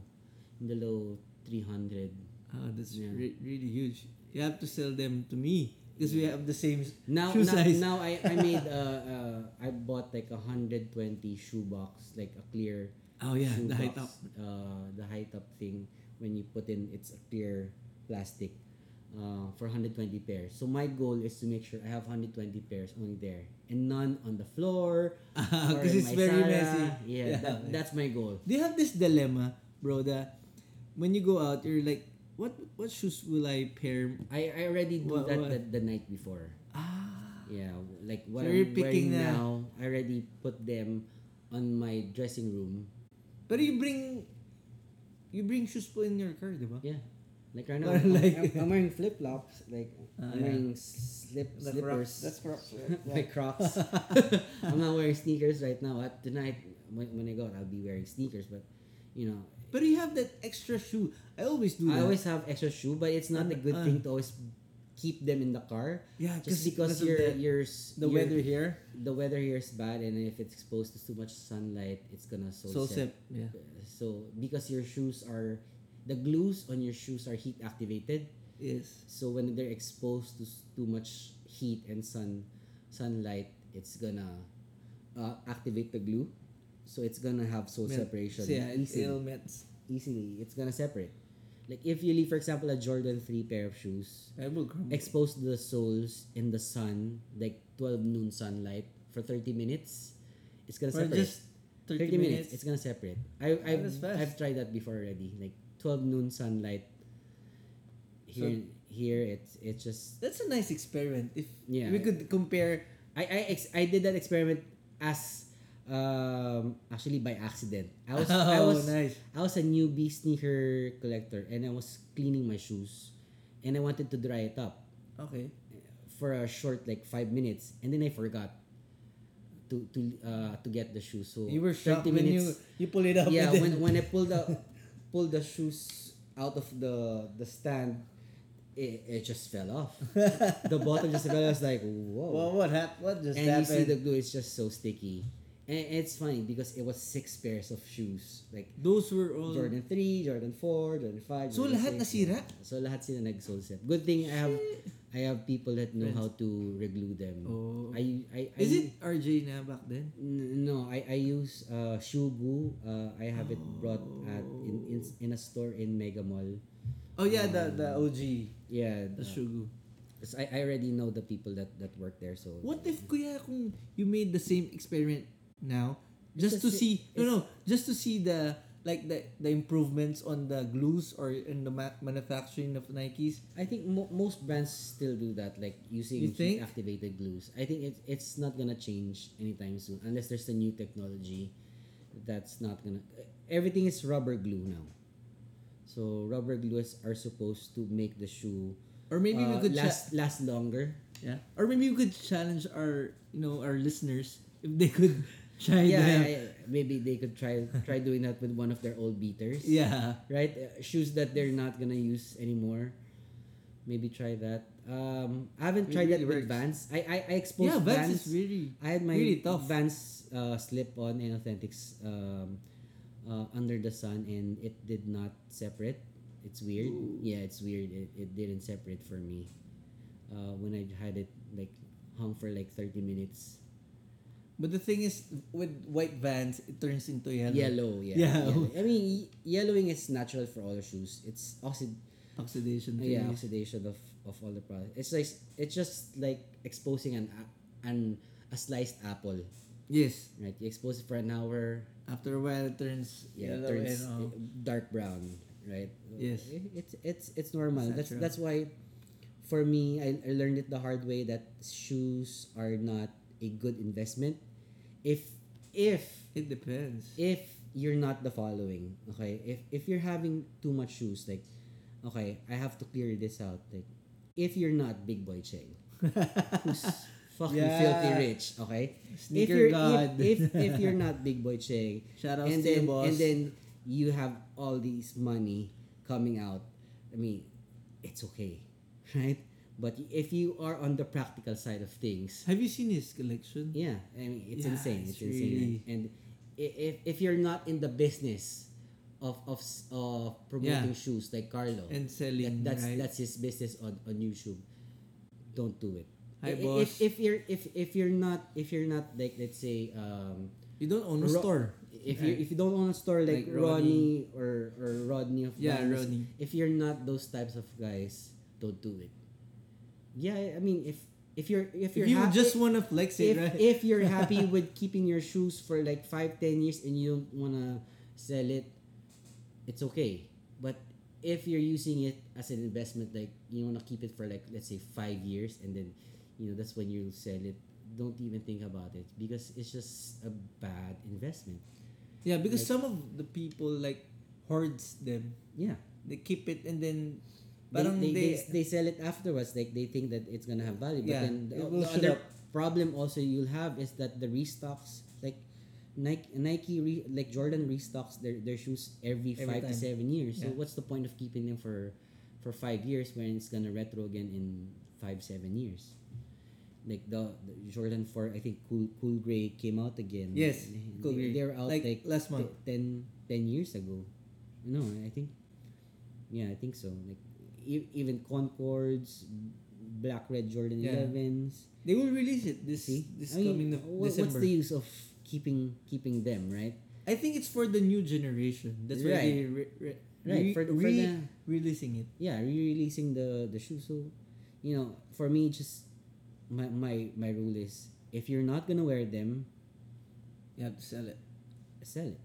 in the low 300 Ah, that's Yeah. re- really huge. You have to sell them to me because we have the same s- now shoe now, size. now I, I <laughs> made uh, uh i bought like a 120 shoe box like a clear oh yeah, shoe the high top. <laughs> box, uh the height up thing when you put in it's a clear plastic uh, for 120 pairs. So my goal is to make sure I have 120 pairs only there and none on the <laughs> floor. or Because in it's my very sala. messy. Yeah, Yeah. that- that's my goal. <laughs> Do you have this dilemma, bro? That when you go out, you're like, what what shoes will I pair? I, I already do Wha- that wha- The, the night before. Ah, Yeah, like what So you're I'm picking wearing na- now, I already put them on my dressing room. pero you bring you bring shoes po in your car, di ba? Yeah, like right now, Or I'm, <laughs> like- I'm- I'm wearing flip flops. Like Ah, I'm yeah. wearing slip The Crocs. slippers. That's <laughs> Crocs, <laughs> my <laughs> Crocs. I'm not wearing sneakers right now. At tonight, when, when I go out, I'll be wearing sneakers. But you know, But you have that extra shoe. I always do that. I always have extra shoe, but it's not a good ah. thing to always keep them in the car. yeah, Just because of you're, the, you're s- the you're- weather here, the weather here is bad and if it's exposed to too much sunlight it's gonna so so sep. sip. Yeah. so because your shoes are the glues on your shoes are heat activated Yes. so when they're exposed to s- too much heat and sun sunlight it's gonna uh, activate the glue so it's gonna have sole Melt. separation So, yeah, it's easily, ailments. easily it's gonna separate like if you leave for example a jordan 3 pair of shoes I will crumble. expose the soles in the sun, like 12 noon sunlight for 30 minutes, it's gonna or separate. just 30 30, minutes. minutes. it's gonna separate. I, I've, that's fast. I've tried that before already. Like 12 noon sunlight. Here, here it's it's just That's a nice experiment. If Yeah. we could compare. <laughs> I I, ex- I did that experiment as um actually by accident. I <laughs> was I Oh, was nice. I was a newbie sneaker collector and I was cleaning my shoes, and I wanted to dry it up. Okay. for a short like five minutes, and then I forgot to to uh, to get the shoes. So You were shocked when you you pull it up. <laughs> yeah, and then- when, when I pulled the pulled the shoes out of the the stand, it, it just fell <laughs> off. the bottom just fell. I was like, whoa. well, what happened? What just and you see the happened? glue is just so sticky. And it's funny because it was six pairs of shoes, like Those were all. Jordan 3, Jordan 4, Jordan 5. So, Jordan lahat 6. nasira? So lahat sila nag-soul set. Good thing I have I have people that know how to reglue them. Oh. I I, I Is it RJ na back then? N- no, I I use uh Shugu. Uh, I have it brought at in, in in a store in Mega Mall. Oh yeah, the the Um, OG, Yeah. uh, the Shugu. 'cause I, I already know the people that that work there so What if kuya kung you made the same experiment now just a to si- see no no just to see the like the the improvements on the glues or in the ma- manufacturing of Nikes. I think mo- most brands still do that, like using You think? activated glues. I think it's it's not gonna change anytime soon, unless there's a new technology that's not gonna. Everything is rubber glue now, so rubber glues are supposed to make the shoe Or maybe we uh, could cha- last last longer. yeah. Or maybe we could challenge our you know our listeners if they could <laughs> try Yeah, the I- I- maybe they could try try doing that with one of their old beaters. yeah. right? Uh, shoes that they're not gonna use anymore. Maybe try that. Um, I haven't It tried that really with Vans. works. I I, I exposed Yeah, Vans. Vans is really I had my really tough. Vans uh, slip on and Authentics um, uh, under the sun, and it did not separate. It's weird. Yeah, it's weird. It, it didn't separate for me. Uh, when I had it like hung for like thirty minutes. But the thing is, with white vans, it turns into yellow. Yellow, yeah. Yeah. yellow. <laughs> I mean, ye- yellowing is natural for all shoes. It's oxid Oxidation. Uh, yeah, theory. oxidation of, of all the products. It's like it's just like exposing an a- an a sliced apple, Yes. right? You expose it for an hour, After a while, it turns yeah, it yellow turns and all. uh, dark brown, right? Yes. I- it's it's it's normal. that's It's natural. that's why, for me, I, I learned it the hard way that shoes are not a good investment. If if It depends. if you're not the following. Okay? If if you're having too much shoes, like, okay, I have to clear this out. Like, if you're not Big Boy <laughs> Cheng, who's fucking Yeah. filthy rich, okay? Sneaker if you're, god. If, if if you're not Big Boy Cheng, Shoutouts and to you, then boss. and then you have all these money coming out. I mean, it's okay, <laughs> right? But if you are on the practical side of things, Have you seen his collection? yeah, I mean it's Yeah, insane. It's, it's insane. really- And i- if if you're not in the business of of s- of promoting Yeah. shoes like Carlo And selling, that- that's right? that's his business on, on YouTube. Don't do it. Hi, I- i- boss. If, if you're if if you're not if you're not like let's say um You don't own a Ro- store. if you if you don't own a store like, Like Ronnie. or or Rodney of Yeah, Vans, Rodney. if you're not those types of guys, don't do it. Yeah, I mean if if you're if If you you're hap- just want to flex if, it, right? if you're <laughs> happy with keeping your shoes for like five ten years and you don't wanna sell it, it's okay. But if you're using it as an investment, like you wanna keep it for like let's say five years and then you know that's when you sell it. Don't even think about it because it's just a bad investment. yeah, because like- some of the people like hoards them. Yeah. They keep it and then They, parang they, they, they, they sell it afterwards. Like they think that it's gonna have value. But Yeah, then the, it will the shoot other up. problem also you'll have is that the restocks like Nike Nike re, like Jordan restocks their, their shoes every, Every five to time. seven years. So Yeah. what's the point of keeping them for for five years when it's gonna retro again in five seven years? Like the, the Jordan Four, I think Cool Cool Gray came out again. Yes, They- Cool Grey. They're out Like, like, last month. te- 10, 10 years ago. No, I think yeah, I think so. Like e- even Concords, Black Red Jordan Yeah. Elevens. they will release it this See, this I mean, coming wha- Nov- what's the December. use of keeping keeping them right? I think it's for the new generation. That's why Right. they re, re, Right, re- for- for re- the- releasing it. Yeah, re-releasing the the shoe. So, you know, for me, just my my my rule is if you're not gonna wear them, You have to sell it sell it.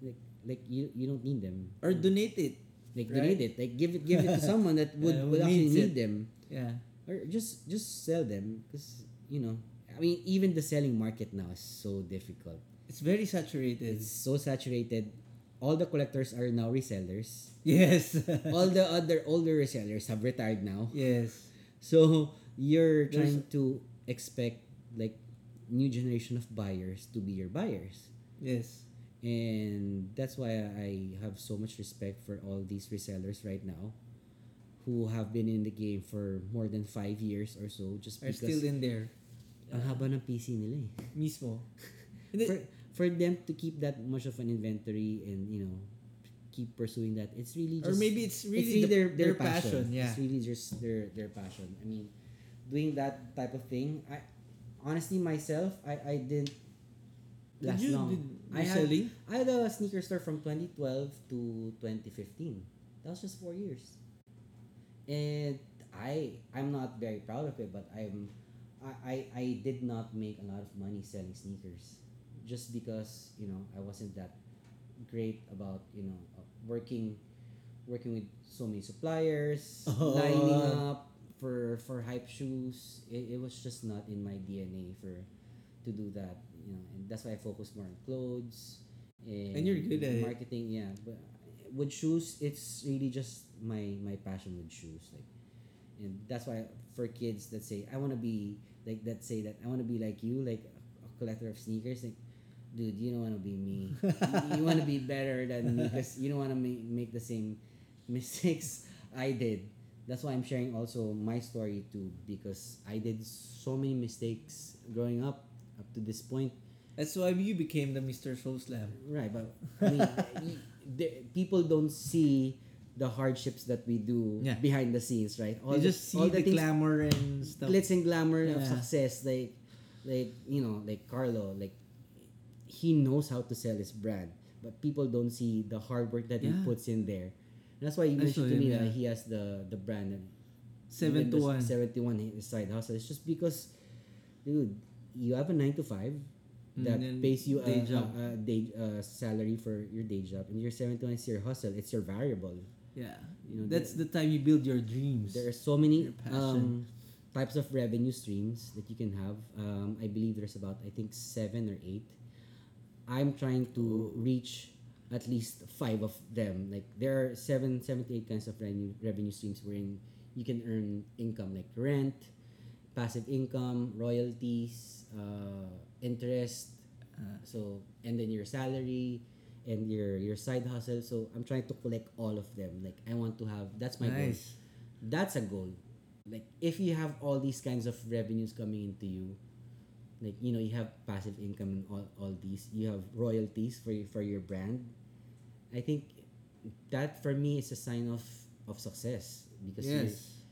Like like you you don't need them. or donate it. Like Right. donate it. Like give it give it to <laughs> someone that would, Yeah, who would actually needs need it. them. Yeah. or just just sell them because you know i mean even the selling market now is so difficult It's very saturated. it's so saturated all the collectors are now resellers <laughs> yes. all <laughs> the other older resellers have retired now yes. so you're There's- trying to expect like new generation of buyers to be your buyers Yes. and that's why I have so much respect for all these resellers right now who have been in the game for more than five years or so just Are because still in there. Ang haba ng PC nila eh. <laughs> Mismo. And it- For, for them to keep that much of an inventory and, you know, keep pursuing that, it's really or just... maybe it's it's really, the- their, their, passion. Yeah. It's really just their, their passion. I mean, doing that type of thing, I honestly, myself, I, I didn't Did last you, long. did I you had- selling? I had a sneaker store from 2012 to 2015. That was just four years. And I I'm not very proud of it, but I'm I, I, I did not make a lot of money selling sneakers just because you know I wasn't that great about you know uh, working working with so many suppliers Oh. lining up for for hype shoes it, it was just not in my DNA for to do that you know and that's why I focus more on clothes and, And you're good at it. marketing yeah but with shoes it's really just my my passion with shoes like and that's why for kids that say I want to be like that say that I want to be like you like a a collector of sneakers like dude you don't want to be <laughs> me you, want to be better than me because you don't want to make, make the same <laughs> mistakes I did that's why I'm sharing also my story too because I did so many mistakes growing up up to this point That's why you became the Mr. Soul Slam. Right, but I <laughs> mean, y- the, people don't see the hardships that we do Yeah. behind the scenes, right? All you the- just see all the, things- glamour and stuff. glitz and glamour of Yeah. success, like, like you know, like Carlo, like he knows how to sell his brand, but people don't see the hard work that he Yeah. puts in there. That's why you I saw mentioned to me him, that yeah. he has the the brand and Seven to one. seventy-one his side hustle. It's just because, dude, you have a nine to five And that Mm, then pays you a, a- day job. a day uh, salary for your day job, and your seventy-one is your hustle. It's your variable. Yeah. You know, That's the time you build your dreams. There are so many Your um, passion. types of revenue streams that you can have. Um, I believe there's about I think seven or eight. I'm trying to reach at least five of them. Like there are seven, 78 kinds of revenue revenue streams wherein you can earn income like rent, passive income, royalties, uh, interest. uh, so and then your salary and your your side hustle. So I'm trying to collect all of them. Like I want to have that's my Nice. goal. That's a goal. Like if you have all these kinds of revenues coming into you, like you know you have passive income and all, all these you have royalties for your, for your brand i think that for me is a sign of of success because Yes.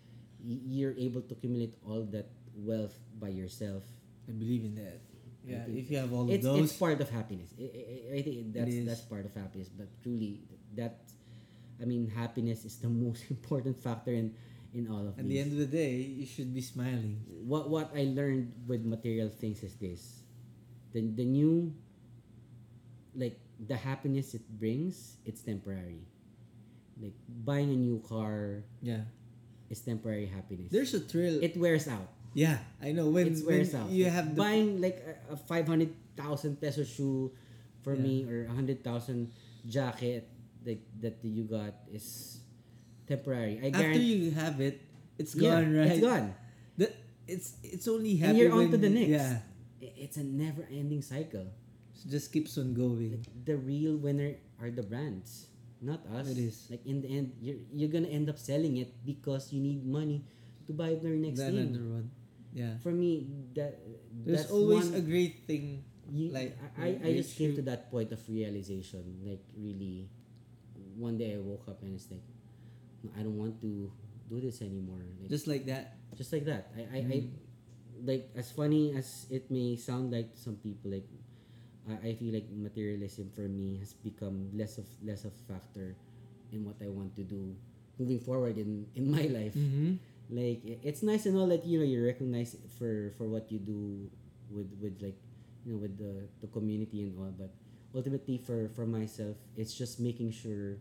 you're, you're able to accumulate all that wealth by yourself I believe in that. Yeah, think if you have all of it's, those. it's part of happiness I- i, I, I think that's is. that's part of happiness but truly that i mean happiness is the <laughs> most important factor in in all of at these the end of the day, you should be smiling. what what I learned with material things is this. The the new like the happiness it brings, it's temporary. Like buying a new car Yeah. is temporary happiness. There's a thrill. it wears out. yeah, I know. When, it wears when out. you Like, have the buying like a, a 500,000 peso shoe for Yeah. me or a 100,000 jacket like that you got is temporary. I after guarantee you have it, it's Yeah, gone, right? It's gone. The- it's it's only And happy you're on when- to the next. Yeah, I- It's a never ending cycle. it just keeps on going. like the real winner are the brands not us It is. like in the end you're, you're gonna end up selling it because you need money to buy their next Then thing another one. Yeah, for me that there's that's always a one, great thing. you- like, I, I, I great just came to shoot. that point of realization like really one day I woke up and it's like "No, I don't want to do this anymore like, Just like that. just like that. I, I, I like as funny as it may sound like to some people, like I, I feel like materialism for me has become less of less of factor in what I want to do moving forward in in my life. Mm-hmm. Like i- it's nice and all that you know you recognize for for what you do with with like you know with the the community and all, but ultimately for for myself, it's just making sure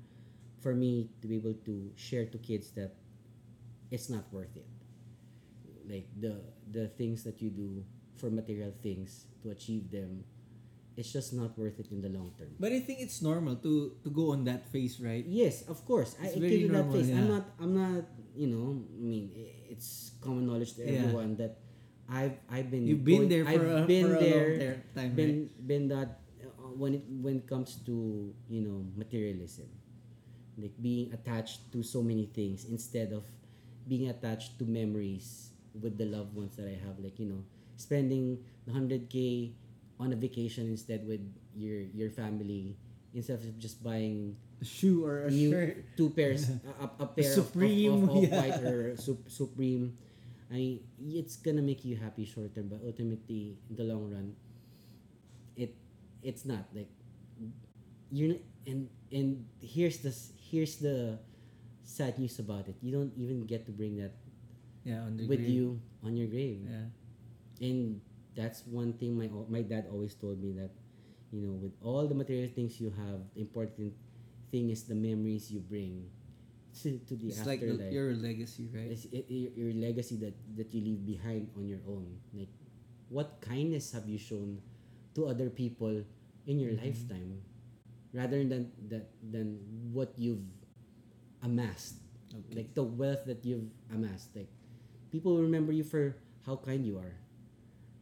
for me to be able to share to kids that it's not worth it like the the things that you do for material things to achieve them it's just not worth it in the long term But I think it's normal to to go on that phase, right? yes of course i It's I very give you that normal, face i'm yeah. not i'm not you know i mean i- it's common knowledge to Yeah. everyone that i've i've been You've been there for I've a- been for a long there ter- time, been been that uh, when it when it comes to you know materialism like being attached to so many things instead of being attached to memories with the loved ones that I have like you know spending the 100k on a vacation instead with your your family instead of just buying A shoe or a new shirt. two pairs a, a- a pair Supreme, of, of, of, of yeah. white or sup- supreme I mean, it's gonna make you happy short term but ultimately in the long run it it's not like you're not, and and here's the s- here's the sad news about it you don't even get to bring that Yeah, on the with grave. you on your grave Yeah. and that's one thing my my dad always told me that you know with all the material things you have the important thing is the memories you bring to, to the It's like afterlife the, your legacy, right? it's, it, your, your legacy that that you leave behind on your own like what kindness have you shown to other people in your Mm-hmm. lifetime rather than that than what you've amassed like the wealth that you've amassed like people will remember you for how kind you are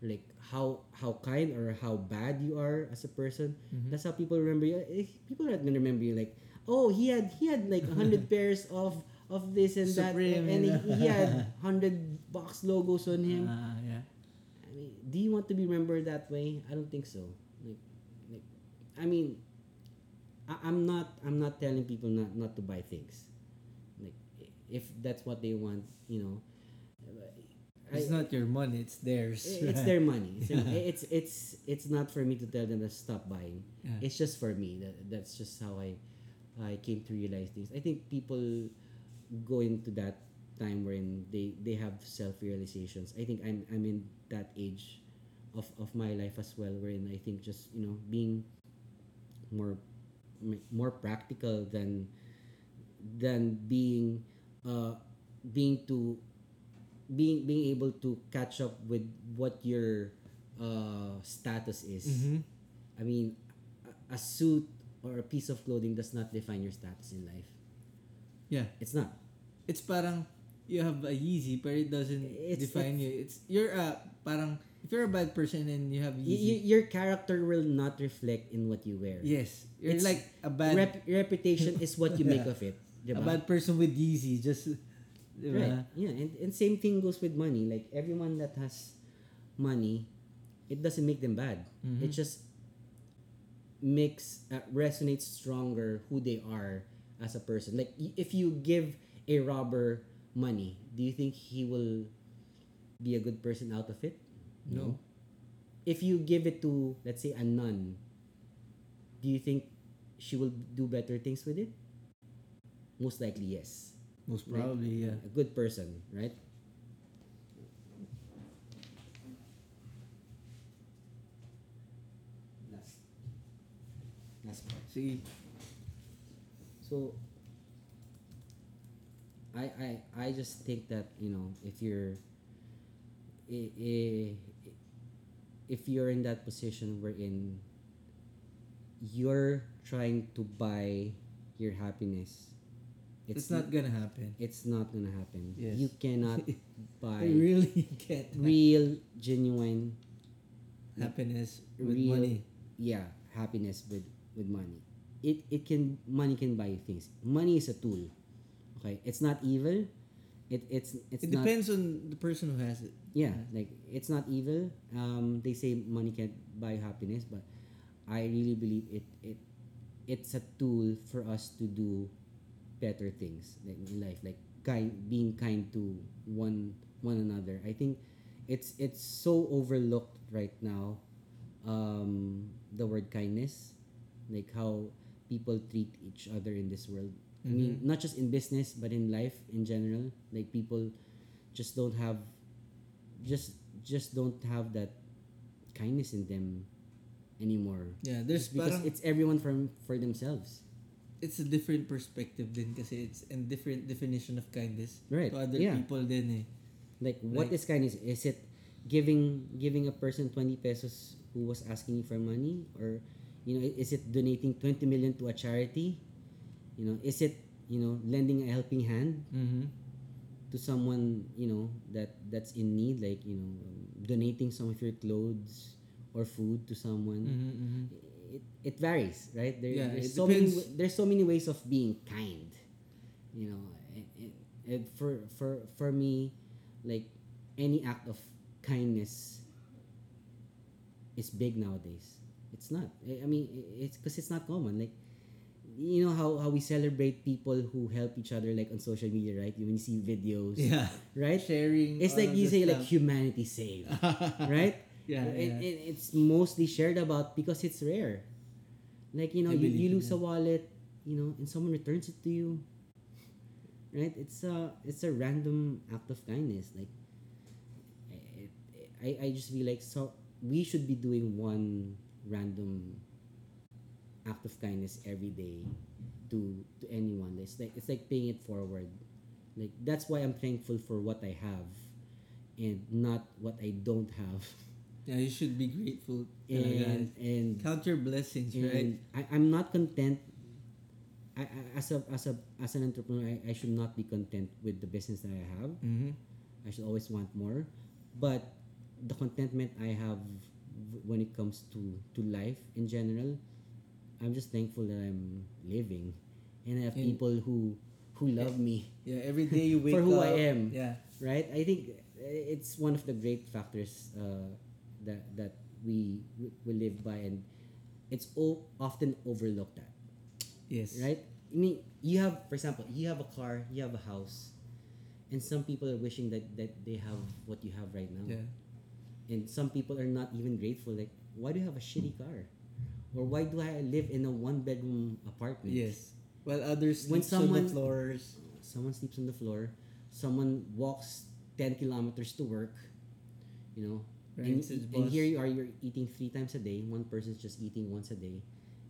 like how how kind or how bad you are as a person Mm-hmm. that's how people remember you Eh, people are not gonna remember you like oh he had he had like <laughs> 100 pairs of of this and Supreme, that and you he, know. he had 100 box logos on him <laughs> Ah, yeah. I mean, do you want to be remembered that way? I don't think so. Like, like I mean, I, I'm not. I'm not telling people not not to buy things. Like, i- if that's what they want, you know, I- It's not your money; it's theirs. i- <laughs> it's their money. It's, their money. it's it's it's not for me to tell them to stop buying. Yeah. It's just for me. That, that's just how I I came to realize things. I think people go into that time wherein they they have self realizations. I think I'm I'm in that age of of my life as well wherein I think just you know being more more practical than than being uh being to being being able to catch up with what your uh status is Mhm. i mean a suit or a piece of clothing does not define your status in life. Yeah. It's not. It's parang you have a Yeezy but it doesn't It's- define you. It's you're a parang if you're a bad person and you have Y- Yeezy. y- your character will not reflect in what you wear. yes. You're It's like a bad Rep- reputation is what you make of it. a Diba? bad person with Yeezy just Right. diba? Yeah, and, and same thing goes with money. Like everyone that has money, it doesn't make them bad. It just makes uh, resonates stronger who they are as a person. Like y- if you give a robber money, do you think he will be a good person out of it? No. If you give it to let's say a nun, do you think she will do better things with it? Most likely, yes Most probably, yeah. a good person, right? Last. Last part. Sige. So I I I just think that, you know, if you're i- i- if you're in that position wherein you're trying to buy your happiness, It's, not gonna happen. it's not gonna happen. Yes. You <laughs> cannot buy I really <laughs> can't real genuine happiness with real- money. yeah happiness with with money it it can money can buy you things money is a tool okay it's not evil it it's it's It not depends on the person who has it. yeah like it's not evil um they say money can buy happiness but i really believe it it it's a tool for us to do better things like in life like kind being kind to one one another i think it's it's so overlooked right now um the word kindness like how people treat each other in this world i mean not just in business but in life in general like people just don't have just just don't have that kindness in them anymore Yeah, there's because parang- it's everyone from for themselves it's a different perspective din kasi it's and different definition of kindness Right, to other yeah. people din eh. like what Like- is kindness is it giving giving a person 20 pesos who was asking you for money or you know is it donating 20 million to a charity you know is it you know lending a helping hand Mm-hmm. to someone you know that that's in need like you know donating some of your clothes or food to someone Mm-hmm, mm-hmm. it, it varies, right? There, Yeah, there's it so many depends. there's so many ways of being kind, you know. It, it, it- for for for me, like any act of kindness is big nowadays. It's not. I I mean, i- it's because it's not common. Like you know how how we celebrate people who help each other like on social media, right? When you see videos, Yeah. <laughs> right? Sharing. It's all like of you the say like <laughs> stuff. humanity saved, right? Yeah, And, yeah. and it's mostly shared about because it's rare. Like you know, I you, believe you you, lose a yeah. wallet, you know, and someone returns it to you. Right? It's a it's a random act of kindness. Like I I, I just feel like so we should be doing one random act of kindness every day to to anyone. It's like it's like paying it forward. Like that's why I'm thankful for what I have and not what I don't have. <laughs> yeah, you should be grateful. And and Count your blessings, right? and I, I'm not content. I, I, as a as a as an entrepreneur, I, I should not be content with the business that I have. Mm-hmm. I should always want more, but the contentment I have w- when it comes to to life in general, I'm just thankful that I'm living, and I have And- people who who love me, Yeah, every day you wake For who up. I am. Yeah. right? I think eh, it's one of the great factors uh, that that we we live by, and it's o- often overlooked at. Yes. right? I mean, you have, for example, you have a car, you have a house, and some people are wishing that, that they have what you have right now. Yeah. And some people are not even grateful. Like, why do you have a shitty car? Or why do I live in a one bedroom apartment? Yes. While others When sleep on someone- the floors. Someone sleeps on the floor, someone walks 10 kilometers to work, you know. Right, and, it's his and boss. here you are, you're eating three times a day. One person's just eating once a day.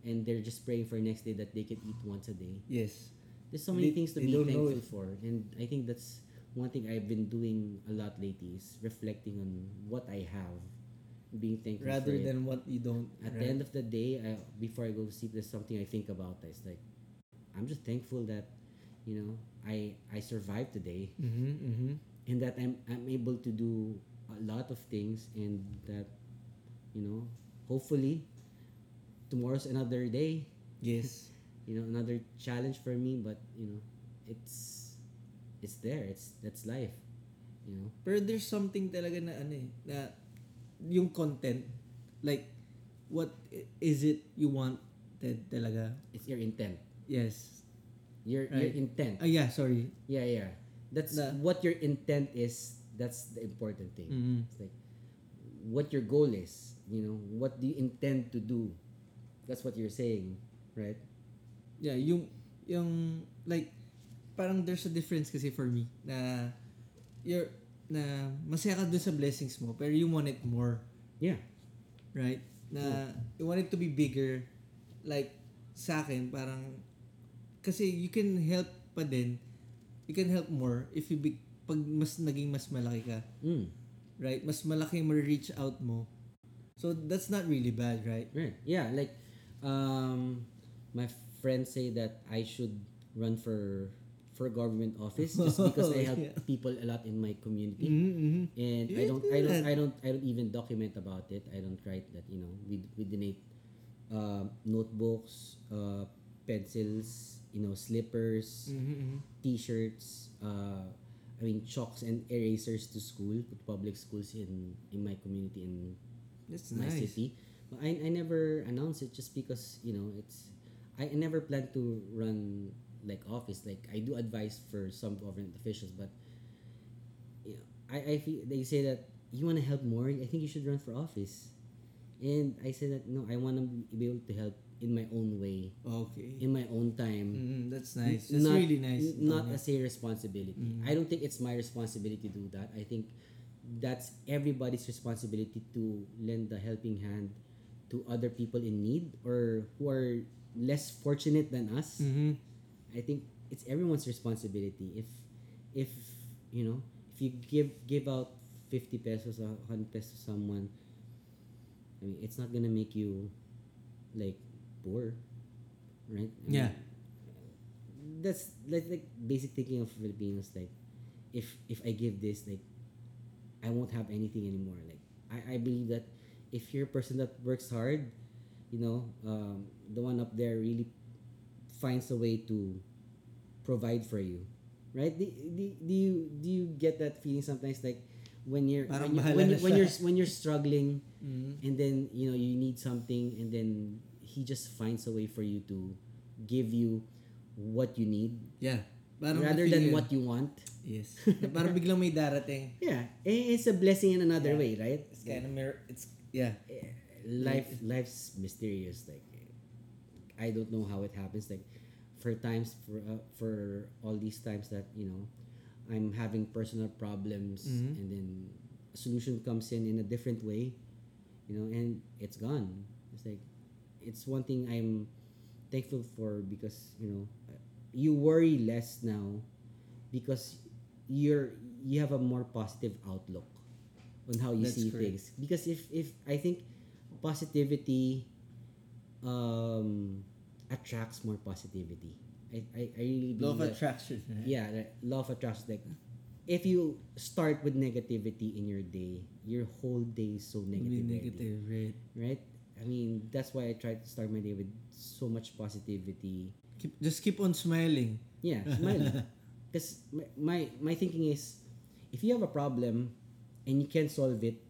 And they're just praying for next day that they can eat once a day. Yes. There's so many They- things to they be don't know thankful for, and I think that's one thing I've been doing a lot lately is reflecting on what I have being thankful for rather it. than what you don't. at the right? end of the day, I, before I go to sleep, there's something I think about. It's like I'm just thankful that you know I I survived today Mhm, mhm. and that I'm I'm able to do a lot of things and that you know hopefully tomorrow's another day <laughs> Yes. you know another challenge for me but you know it's it's there it's that's life you know Pero there's something talaga na ano eh, na yung content, like, what i- is it you wanted talaga? it's your intent Yes. your your Right. intent Ah, yeah, sorry. yeah yeah that's Na- what your intent is that's the important thing Mhm. it's like what your goal is you know what do you intend to do that's what you're saying right Yeah, yung, yung, like, parang there's a difference kasi for me na you're, na masaya ka dun sa blessings mo, pero you want it more, yeah right? Na Hmm. you want it to be bigger. Like, sa akin, parang, kasi you can help pa din, you can help more if you, be, pag mas naging mas malaki ka, mm, right? Mas malaki yung reach out mo. So, that's not really bad, right? right yeah like um my friends say that i should run for for government office just because <laughs> i help Yeah. people a lot in my community Mm-hmm. and You I don't, do I that. don't, I don't, I don't even document about it. I don't write that. You know, we we donate uh, notebooks, uh, pencils, you know, slippers, Mm-hmm, t-shirts. Uh, I mean, chalks and erasers to school, to public schools in in my community in That's my nice. city. But I I never announce it just because you know it's. I never plan to run like office. Like I do advice for some government officials, but you know, I, I feel they say that you want to help more. I think you should run for office, and I say that no, I want to be able to help in my own way, Okay. in my own time. Mm-hmm. That's nice. N- That's really nice. n- Not Antonio. as Mm-hmm. a responsibility. I don't think it's my responsibility to do that. I think that's everybody's responsibility to lend a helping hand to other people in need or who are less fortunate than us. Mhm. I think it's everyone's responsibility. If if you know, if you give give out fifty pesos or hundred pesos to someone, I mean, it's not gonna make you like poor, right? I mean, Yeah. that's like like basic thinking of Filipinos. Like, if if I give this, like, I won't have anything anymore. Like, I I believe that if you're a person that works hard, you know, um, the one up there really finds a way to provide for you, right? Do, do, do you do you get that feeling sometimes like when you're Parang when, you, bahala when, na you, when siya. you're when you're struggling Mhm. and then you know you need something and then he just finds a way for you to give you what you need Yeah. Parang rather feeling than yun. what you want. Yes. Na parang <laughs> biglang may darating. Yeah, eh, it's a blessing in another Yeah. way, right? It's kind of mirror. It's yeah. Eh, life life's mysterious like i don't know how it happens like for times for uh, for all these times that you know i'm having personal problems Mhm. and then a solution comes in in a different way you know and it's gone it's like it's one thing i'm thankful for because you know you worry less now because you're you have a more positive outlook on how you That's see correct. things because if if i think positivity um attracts more positivity i i, I really believe Law of that- attraction. right? yeah like, law of attraction like if you start with negativity in your day your whole day is so Be negative, already, negative, right? right i mean that's why i try to start my day with so much positivity Keep, just keep on smiling. yeah, <laughs> smile. Because my, my my thinking is, if you have a problem and you can solve it,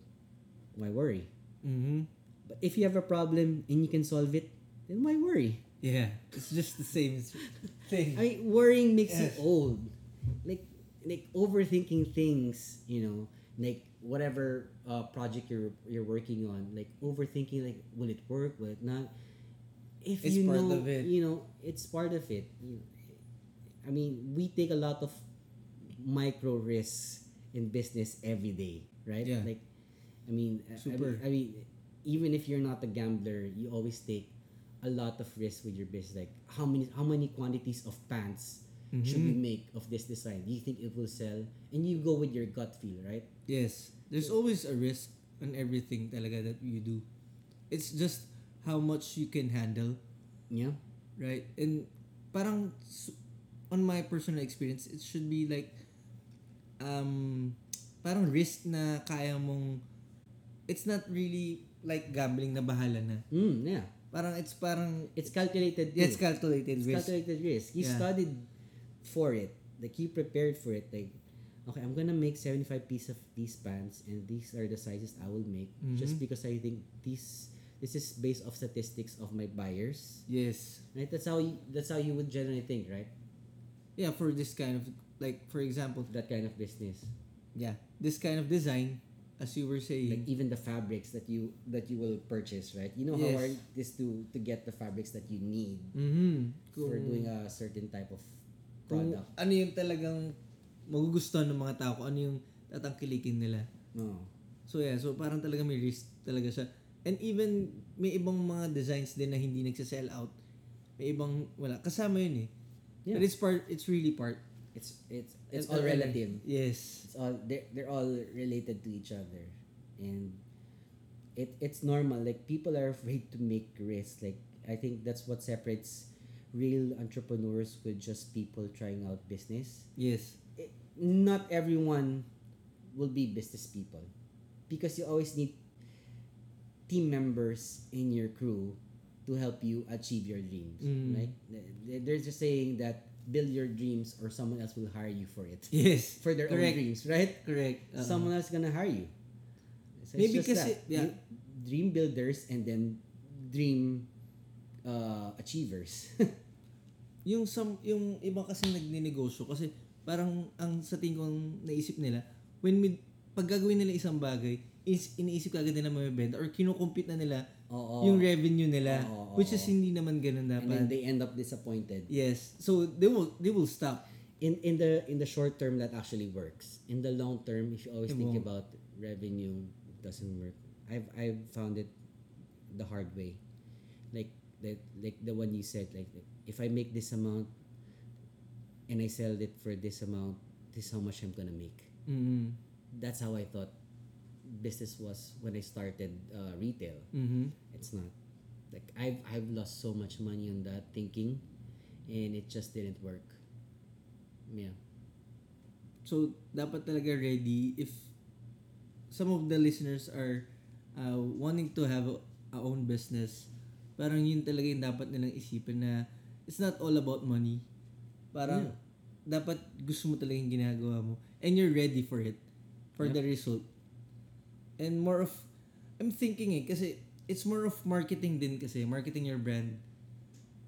why worry? Mm-hmm. But if you have a problem and you can solve it, then why worry? Yeah. It's just the same <laughs> s- thing. I mean, worrying makes Yes. you old. Like like overthinking things, you know, like whatever uh, project you're you're working on, like overthinking, like will it work, will it not? If It's you part know, of it. you know, it's part of it. You I mean, we take a lot of micro risks in business every day, right? Yeah. Like, I mean, I- Super. I mean, I mean, even if you're not a gambler, you always take a lot of risk with your business. Like, how many how many quantities of pants should Mm-hmm. we make of this design? Do you think it will sell? And you go with your gut feel, right? yes. There's always a risk. on everything talaga that you do. It's just how much you can handle, Yeah. right? And parang s- on my personal experience, it should be like um parang risk na kaya mong it's not really like gambling na bahala na. Mm, yeah. Parang it's parang It's calculated. yeah, it's too. calculated It's risk. calculated risk. He Yeah. studied for it. Like he prepared for it. Like, okay, I'm gonna make 75 pieces of these pants, and these are the sizes I will make, Mm-hmm. just because I think these. This is based off statistics of my buyers. Yes. Right? That's how you, that's how you would generally think, right? Yeah, for this kind of like for example, That kind of business. yeah, this kind of design as you were saying. Like even the fabrics that you that you will purchase, right? You know Yes. how hard it is to to get the fabrics that you need Mhm. for Kung- doing a certain type of kung product. ano yung talagang magugustuhan ng mga tao, kung ano yung tatangkilikin nila. No. So yeah, so parang talaga may risk talaga siya. And even may ibang mga designs din na hindi nagsa-sell out. May ibang wala kasama yun eh. Yeah. But it's part it's really part. It's it's it's all relative. Yes. It's all they're, they're all related to each other, and it it's normal. Like people are <laughs> afraid to make risks. Like I think that's what separates real entrepreneurs with just people trying out business. Yes. it, not everyone will be business people because you always need team members in your crew to help you achieve your dreams Mm. right Th- they're just saying that build your dreams or someone else will hire you for it <laughs> Yes. for their own Correct. dreams right Correct. Uh-uh. someone else gonna hire you so Maybe it's just kasi- that. yeah. You- dream builders and then dream uh, achievers <laughs> yung some yung iba kasi nagninegosyo kasi parang ang sa tingin kong naisip nila when we pag gagawin nila isang bagay is iniisip agad nila may benta or kinukumpit na nila Oo. yung revenue nila Oo, oo, which is oo. hindi naman ganun and then dapat they end up disappointed yes so they will they will stop in in the in the short term that actually works in the long term if you always It think won't. about revenue it doesn't work i've i've found it the hard way like that like the one you said like if i make this amount and i sell it for this amount this is how much i'm gonna make mm that's how i thought business was when i started uh, retail mhm it's not like i've i've lost so much money on that thinking and it just didn't work yeah so dapat talaga ready if some of the listeners are uh, wanting to have a, a own business parang yun talaga yung dapat nilang isipin na it's not all about money parang dapat gusto mo talaga yung ginagawa mo and you're ready for it for the result and more of I'm thinking eh kasi it's more of marketing din kasi marketing your brand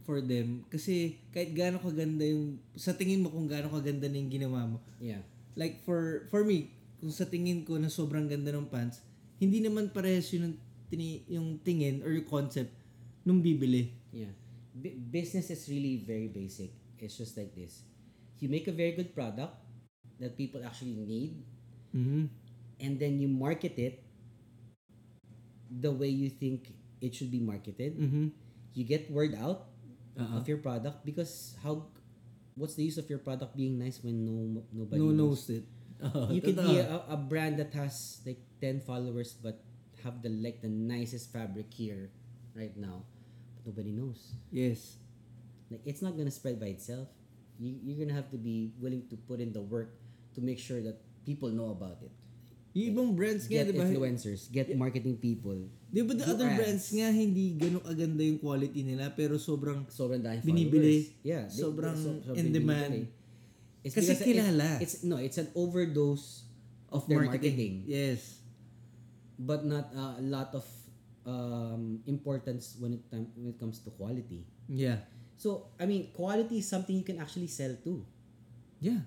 for them kasi kahit gaano kaganda yung sa tingin mo kung gaano kaganda na yung ginawa mo Yeah. like for for me kung sa tingin ko na sobrang ganda ng pants hindi naman parehas yun ng tini, yung tingin or yung concept nung bibili Yeah. B- business is really very basic. It's just like this. You make a very good product that people actually need mhm and then you market it the way you think it should be marketed. mhm You get word out Uh-uh. of your product because how what's the use of your product being nice when no nobody no knows it You could be a, a brand that has like 10 followers but have the like the nicest fabric here right now. But nobody knows. yes like it's not gonna spread by itself you, you're gonna have to be willing to put in the work to make sure that people know about it yung ibang brands nga get diba influencers get marketing people di ba the do other ads. brands nga hindi ganun kaganda yung quality nila pero sobrang sobrang daming Binibili. followers. yeah they- Sobrang so- sobrang in demand. binibili. it's Kasi because kilala. it's, it's no it's an overdose of their marketing, yes but not uh, a lot of um, importance when it time, when it comes to quality yeah so i mean quality is something you can actually sell too yeah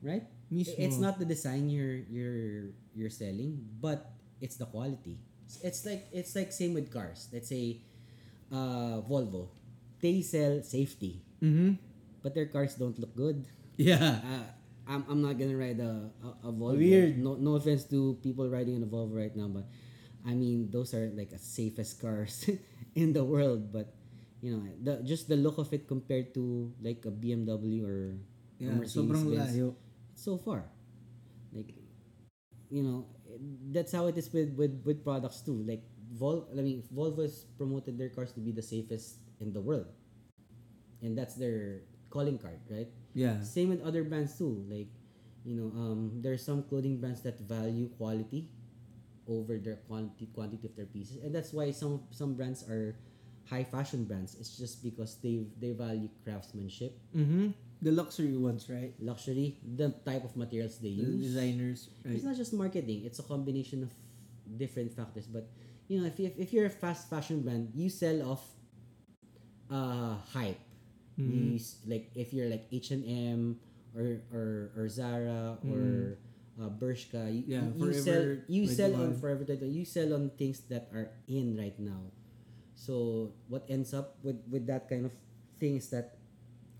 right? Mismo. It's not the design you're you're you're selling, but it's the quality. It's like it's like same with cars. Let's say uh, Volvo, they sell safety, mhm but their cars don't look good. yeah Uh, I'm, I'm not gonna ride a, a, a Volvo. Weird. No no offense to people riding in a Volvo right now, but I mean those are like the safest cars <laughs> in the world. But you know the just the look of it compared to like a BMW or a yeah sobrang Mercedes-Benz layo so far. Like, you know, that's how it is with with with products too. Like Vol, I mean Volvo has promoted their cars to be the safest in the world, and that's their calling card, right? Yeah. Same with other brands too. Like, you know, um, there are some clothing brands that value quality over their quantity quantity of their pieces, and that's why some some brands are high fashion brands. It's just because they they value craftsmanship, Mm-hmm. The luxury ones, right? luxury, the type of materials they The use. designers, right? It's not just marketing; it's a combination of different factors. But you know, if if, if you're a fast fashion brand, you sell off uh, hype. You Mm-hmm. s- like if you're like H and M or or or Zara or uh, Bershka, you, Mm-hmm. Yeah, you- you sell you sell Forever on Forever 21. 21. You sell on things that are in right now. So what ends up with with that kind of things that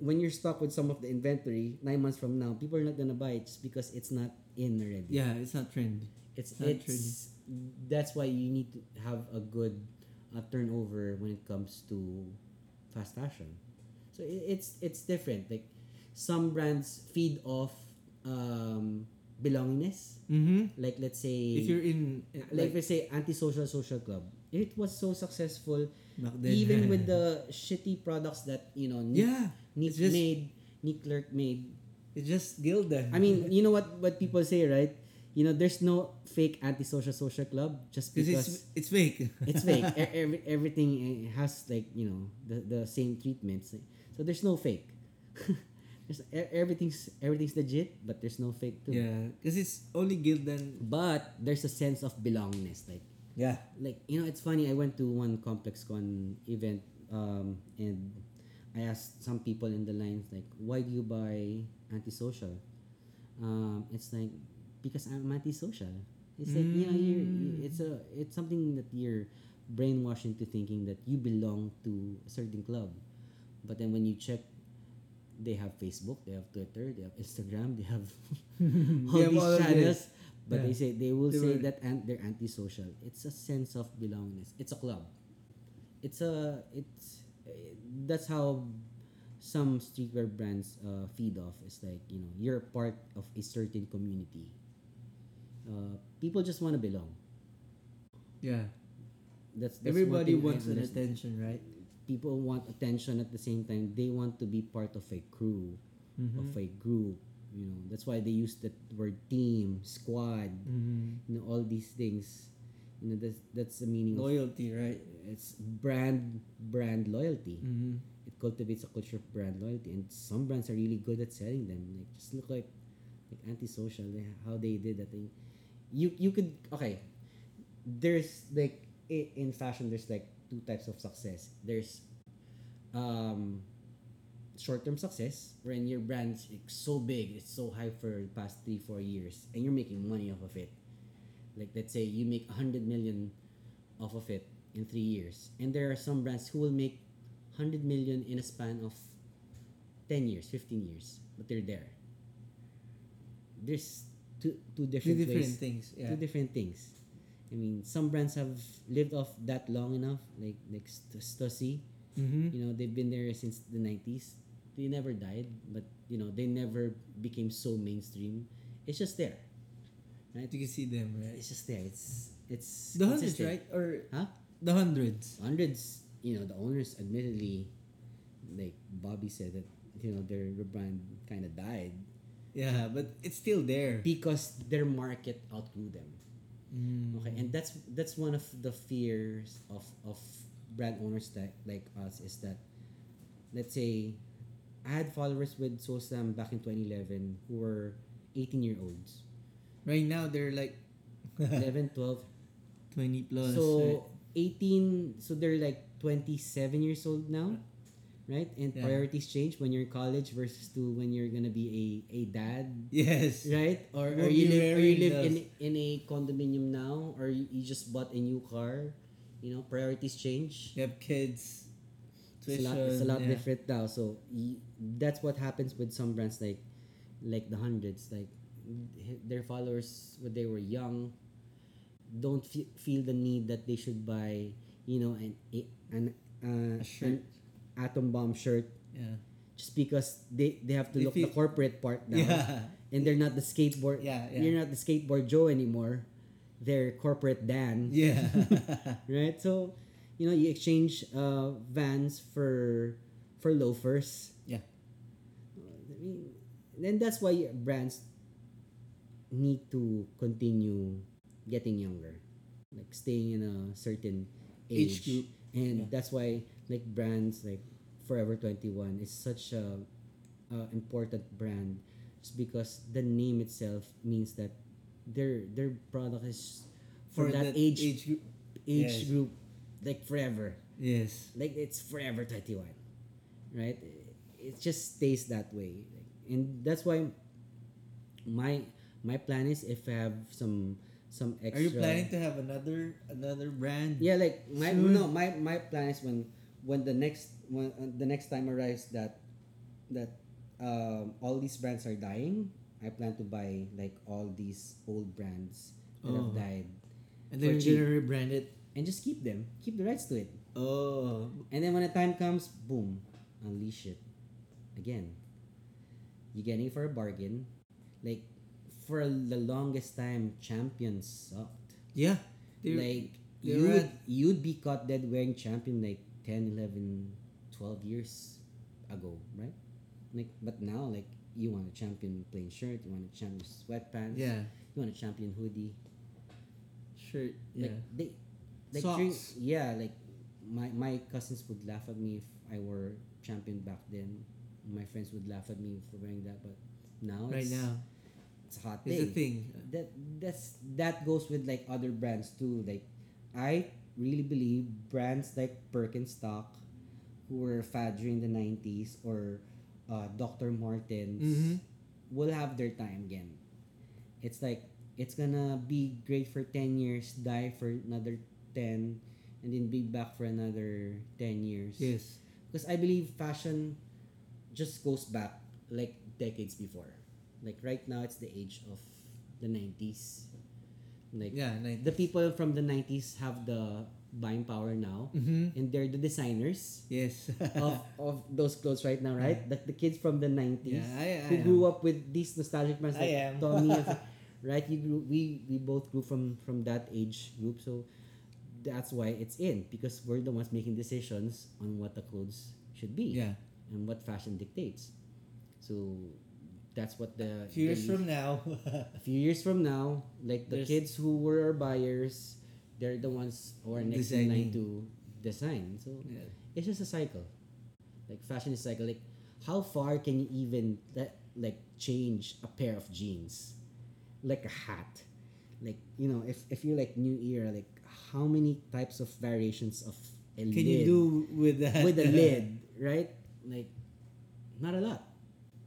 when you're stuck with some of the inventory nine months from now, people are not gonna buy it just because it's not in already. Yeah, it's not trendy. It's Not it's that's why you need to have a good uh, turnover when it comes to fast fashion. So i it's it's different. Like some brands feed off um, belongingness. Mm-hmm. Like let's If say you're in uh, like let's say antisocial social club. It was so successful back <laughs> then, even <laughs> with the shitty products that you know Nick, yeah, Nick it's just- made, Nick Clerk made. it's just Gilda. I mean, you know what what people say, right? You know, there's no fake antisocial social club just because because it's it's fake. <laughs> it's fake. E- Every, everything eh, has like you know the, the same treatments. So there's no fake. <laughs> there's, e- everything's everything's legit, but there's no fake too. yeah, because it's only Gildan. But there's a sense of belongingness. Like Yeah. like you know, it's funny. I went to one complex con event, um, and I asked some people in the lines like, "Why do you buy antisocial?" Um, it's like because I'm antisocial. It's like you know, you're, you- it's a it's something that you're brainwashed into thinking that you belong to a certain club, but then when you check. They have Facebook, they have Twitter, they have Instagram, they have <laughs> all They have these all of this. channels. But Yeah. they say they will They say were- that and they're antisocial. It's a sense of belongingness. It's a club. It's a it's eh, that's how some streetwear brands uh, feed off. It's like you know you're part of a certain community. Uh, people just want to belong. Yeah. That's, that's one Everybody thing I wants an understand. attention, right? People want attention at the same time. They want to be part of a crew, Mm-hmm. of a group. You know that's why they use that word team, squad. Mm-hmm. you know all these things you know that's that's the meaning of Loyalty, right? it's brand brand loyalty Mm-hmm. it cultivates a culture of brand loyalty and some brands are really good at selling them like just look like like antisocial they- how they did that thing you you could okay there's like i- in fashion there's like two types of success there's um short-term success when your brand's like, so big it's so high for the past three four years and you're making money off of it like let's say you make 100 million off of it in three years and there are some brands who will make 100 million in a span of 10 years 15 years but they're there there's two two Two different, different ways things. Yeah. two different things. I mean, some brands have lived off that long enough, like like St- Stussy. Mm-hmm. You know, they've been there since the '90s. They never died, but you know, they never became so mainstream. It's just there. You can see them, right? It's just there. It's it's The hundreds, consistent. right? Or Huh? the hundreds. Hundreds. You know, the owners admittedly, like Bobby said that you know their brand kind of died Yeah, but it's still there. because their market outgrew them. Mm. Okay, and that's that's one of the fears of of brand owners that like us is that let's say I had followers with SoSam back in 2011 who were 18 year olds, Right now they're like 11, 12. 20 plus. so 18, so they're like 27 years old now, right? And Yeah. priorities change when you're in college versus to when you're gonna be a a dad Yes. Right? Or, or We'll you be live, or you wearing live in, those. in a condominium now, or you, you just bought a new car. You know, priorities change. You have kids. it's a lot, it's a tuition, lot yeah. different now. So y that's what happens with some brands like like the hundreds. Like h- their followers when they were young don't fe- feel the need that they should buy, you know, an a- an uh, A an shirt. atom bomb shirt Yeah. just because they, they have to They look feel- the corporate part now Yeah. and they're not the skateboard. Yeah, yeah. You're not the skateboard Joe anymore. their corporate Dan, Yeah. right? So, you know, you exchange uh, Vans for for loafers. <laughs> yeah. I mean, then that's why brands need to continue getting younger, like staying in a certain age, Age group. and Yeah. that's why like brands like Forever Twenty One is such a, a important brand, just because the name itself means that their their product is for, that, age age, group. yes. group like forever Yes. like it's forever 21 right it just stays that way and that's why my my plan is if i have some some extra Are you planning to have another another brand? yeah like my Soon? no my my plan is when when the next when uh, the next time arrives that that um, all these brands are dying i plan to buy like all these old brands that Oh. have died And For then cheap. you're gonna rebrand it. and just keep them keep the rights to it Oh. And then when the time comes, boom, unleash it. Again. You're getting it for a bargain. Like, for the longest time, champions sucked. Yeah. They're- Like, they're you'd, at- you'd be caught dead wearing champion like 10, 11, 12 years ago, right? Like, but now, like, you want a champion plain shirt, you want a champion sweatpants, yeah. you want a champion hoodie. Sure. Yeah. Like they, like during- Socks. yeah, like my my cousins would laugh at me if I wore champion back then. My friends would laugh at me for wearing that, but now right it's, now. it's a hot thing. It's a thing. That that's that goes with like other brands too. Like I really believe brands like Birkenstock, who were fad during the nineties, or uh, Dr. Martens Mm-hmm. will have their time again. It's like it's gonna be great for ten years, die for another ten, and then be back for another ten years. Yes. Because I believe fashion just goes back like decades before. Like right now, it's the age of the nineties. Like Yeah. Nice. the people from the nineties have the buying power now, mm-hmm. and they're the designers Yes. <laughs> of, of those clothes right now, right? Like the kids from the nineties yeah. I, I who grew up with these nostalgic brands I like am. <laughs> Tommy, and- right? You grew, we we both grew from from that age group, so that's why it's in because we're the ones making decisions on what the clothes should be <laughs> Yeah. and what fashion dictates. So that's what the Few years the- from now. <laughs> a few years from now, like the There's- kids who were our buyers, they're the ones who are next in line Designing. to design. So yeah. it's just a cycle like fashion is cycle like how far can you even that like change a pair of jeans like a hat like you know if, if you're like new era like how many types of variations of a Can you do with that? <laughs> with a lid right like not a lot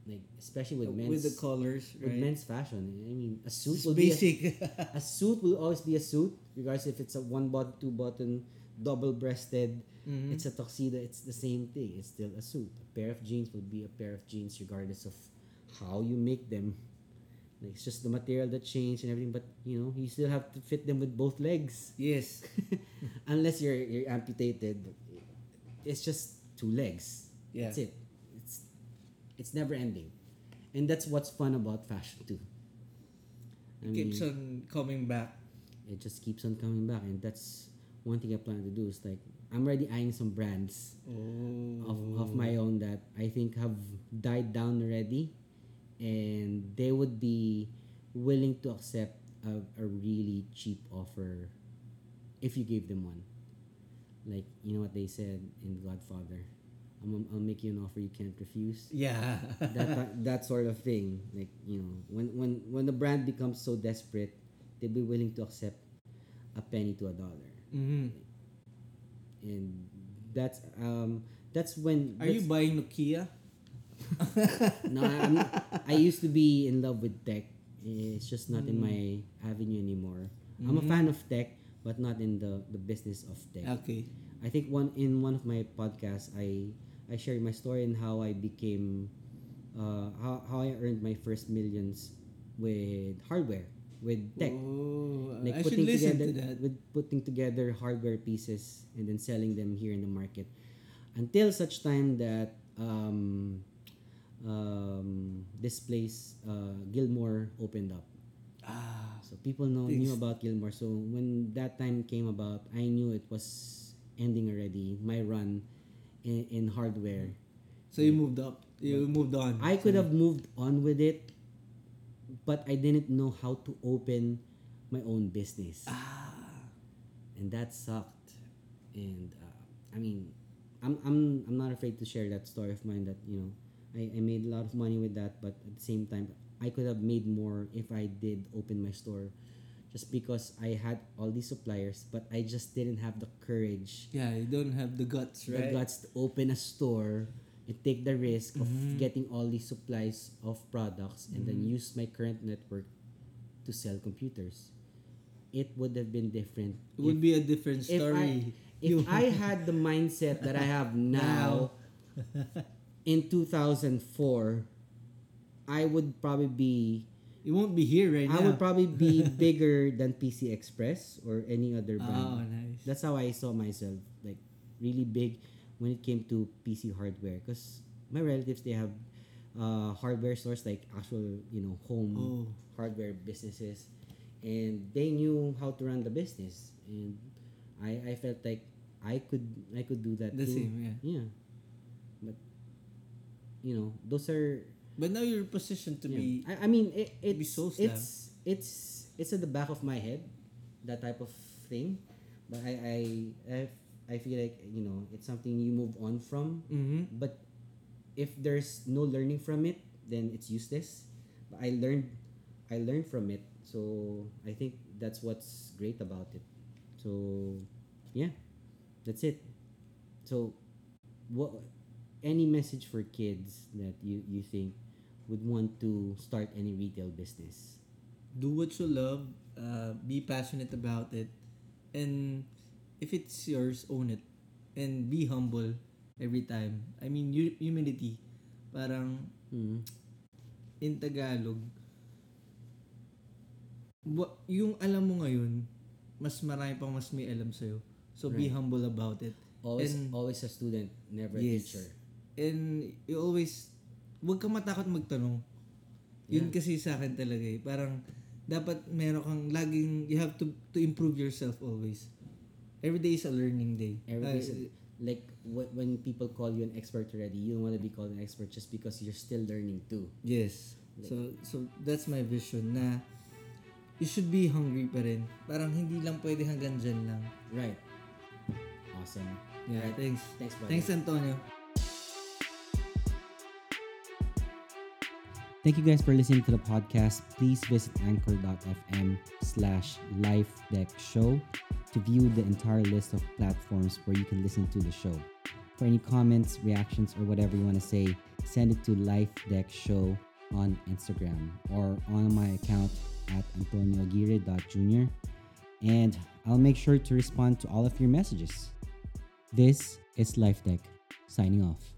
like especially with men's with the colors, with right? men's fashion i mean a suit It's will be a- basic. a <laughs> suit will always be a suit, regardless if it's a one button, two button, double breasted, Mhm. it's a tuxedo, it's the same thing. It's still a suit. A pair of jeans will be a pair of jeans regardless of how you make them. Like it's just the material that changed and everything, but you know, you still have to fit them with both legs. <laughs> yes. Unless you're you're amputated. It's just two legs. Yeah. That's it. It's it's never ending. And that's what's fun about fashion too. I mean- Keeps on coming back. it just keeps on coming back and that's one thing i plan to do is like i'm already eyeing some brands Oh. of, of my own that i think have died down already and they would be willing to accept a, a really cheap offer if you gave them one like you know what they said in godfather I'm, i'll make you an offer you can't refuse <laughs> Yeah. that that sort of thing. Like you know, when when when the brand becomes so desperate, they'll be willing to accept a penny to a dollar, hmm and that's um that's when. Are you that's- buying Nokia? <laughs> no, I'm, I used to be in love with tech. It's just not Mm. in my avenue anymore. I'm a fan of tech, but not in the the business of tech. Mm-hmm. Okay. I think one in one of my podcasts, I I shared my story and how I became, uh, how, how I earned my first millions with hardware, with tech, Oh, like I should listen together to that. with putting together hardware pieces and then selling them here in the market, until such time that um, um, this place uh, Gilmore opened up. Ah, So people know Things- knew about Gilmore. So when that time came about, I knew it was ending already. My run in, in hardware. So you moved up. You moved on. I could have moved on with it, but I didn't know how to open my own business. And that sucked. And uh, I mean, I'm, I'm, I'm not afraid to share that story of mine that, you know, I, I made a lot of money with that, but at the same time, I could have made more if I did open my store just because I had all these suppliers, but I just didn't have the courage Yeah, you don't have the guts, right? the guts to open a store and take the risk Mm-hmm. of getting all these supplies of products and then use my current network to sell computers. It would have been different. It would be a different if story. I, if I <laughs> had the mindset that I have now in 2004, I would probably be it won't be here right I now. would probably <laughs> be bigger than PC Express or any other brand. Oh, nice. That's how I saw myself, like really big when it came to PC hardware. Cause my relatives they have uh, hardware stores like actual you know home Oh. hardware businesses, and they knew how to run the business, and I I felt like I could I could do that. The too. same, yeah. Yeah, but you know those are But now you're positioned to yeah. be. I, I mean it, be it's, so slam. it's it's it's at the back of my head that type of thing but I I, I I feel like you know it's something you move on from Mhm. but if there's no learning from it then it's useless but I learned I learned from it so I think that's what's great about it so yeah that's it so what any message for kids that you you think would want to start any retail business do what you love, uh, be passionate about it, and if it's yours, own it, and be humble every time. I mean, hu- humility, parang in Tagalog, wa- yung alam mo ngayon, mas marami pang mas may alam sa'yo. So be humble about it. always And- always a student never a teacher And you always, huwag ka matakot magtanong. Yun kasi sa akin talaga eh. Parang, dapat meron kang laging, you have to to improve yourself always. Every day is a learning day. everything is Ah, like wh- when people call you an expert already you don't want to be called an expert just because you're still learning too Yes. So so that's my vision na you should be hungry pa rin. Parang hindi lang pwede hanggang dyan lang. right awesome Yeah, thanks. thanks buddy Thanks Antonio. Thank you guys for listening to the podcast. Please visit anchor.fm slash lifedeck show to view the entire list of platforms where you can listen to the show. For any comments, reactions, or whatever you want to say, send it to lifedeck show on Instagram or on my account at antonioaguirre.jr. And I'll make sure to respond to all of your messages. This is Lifedeck, signing off.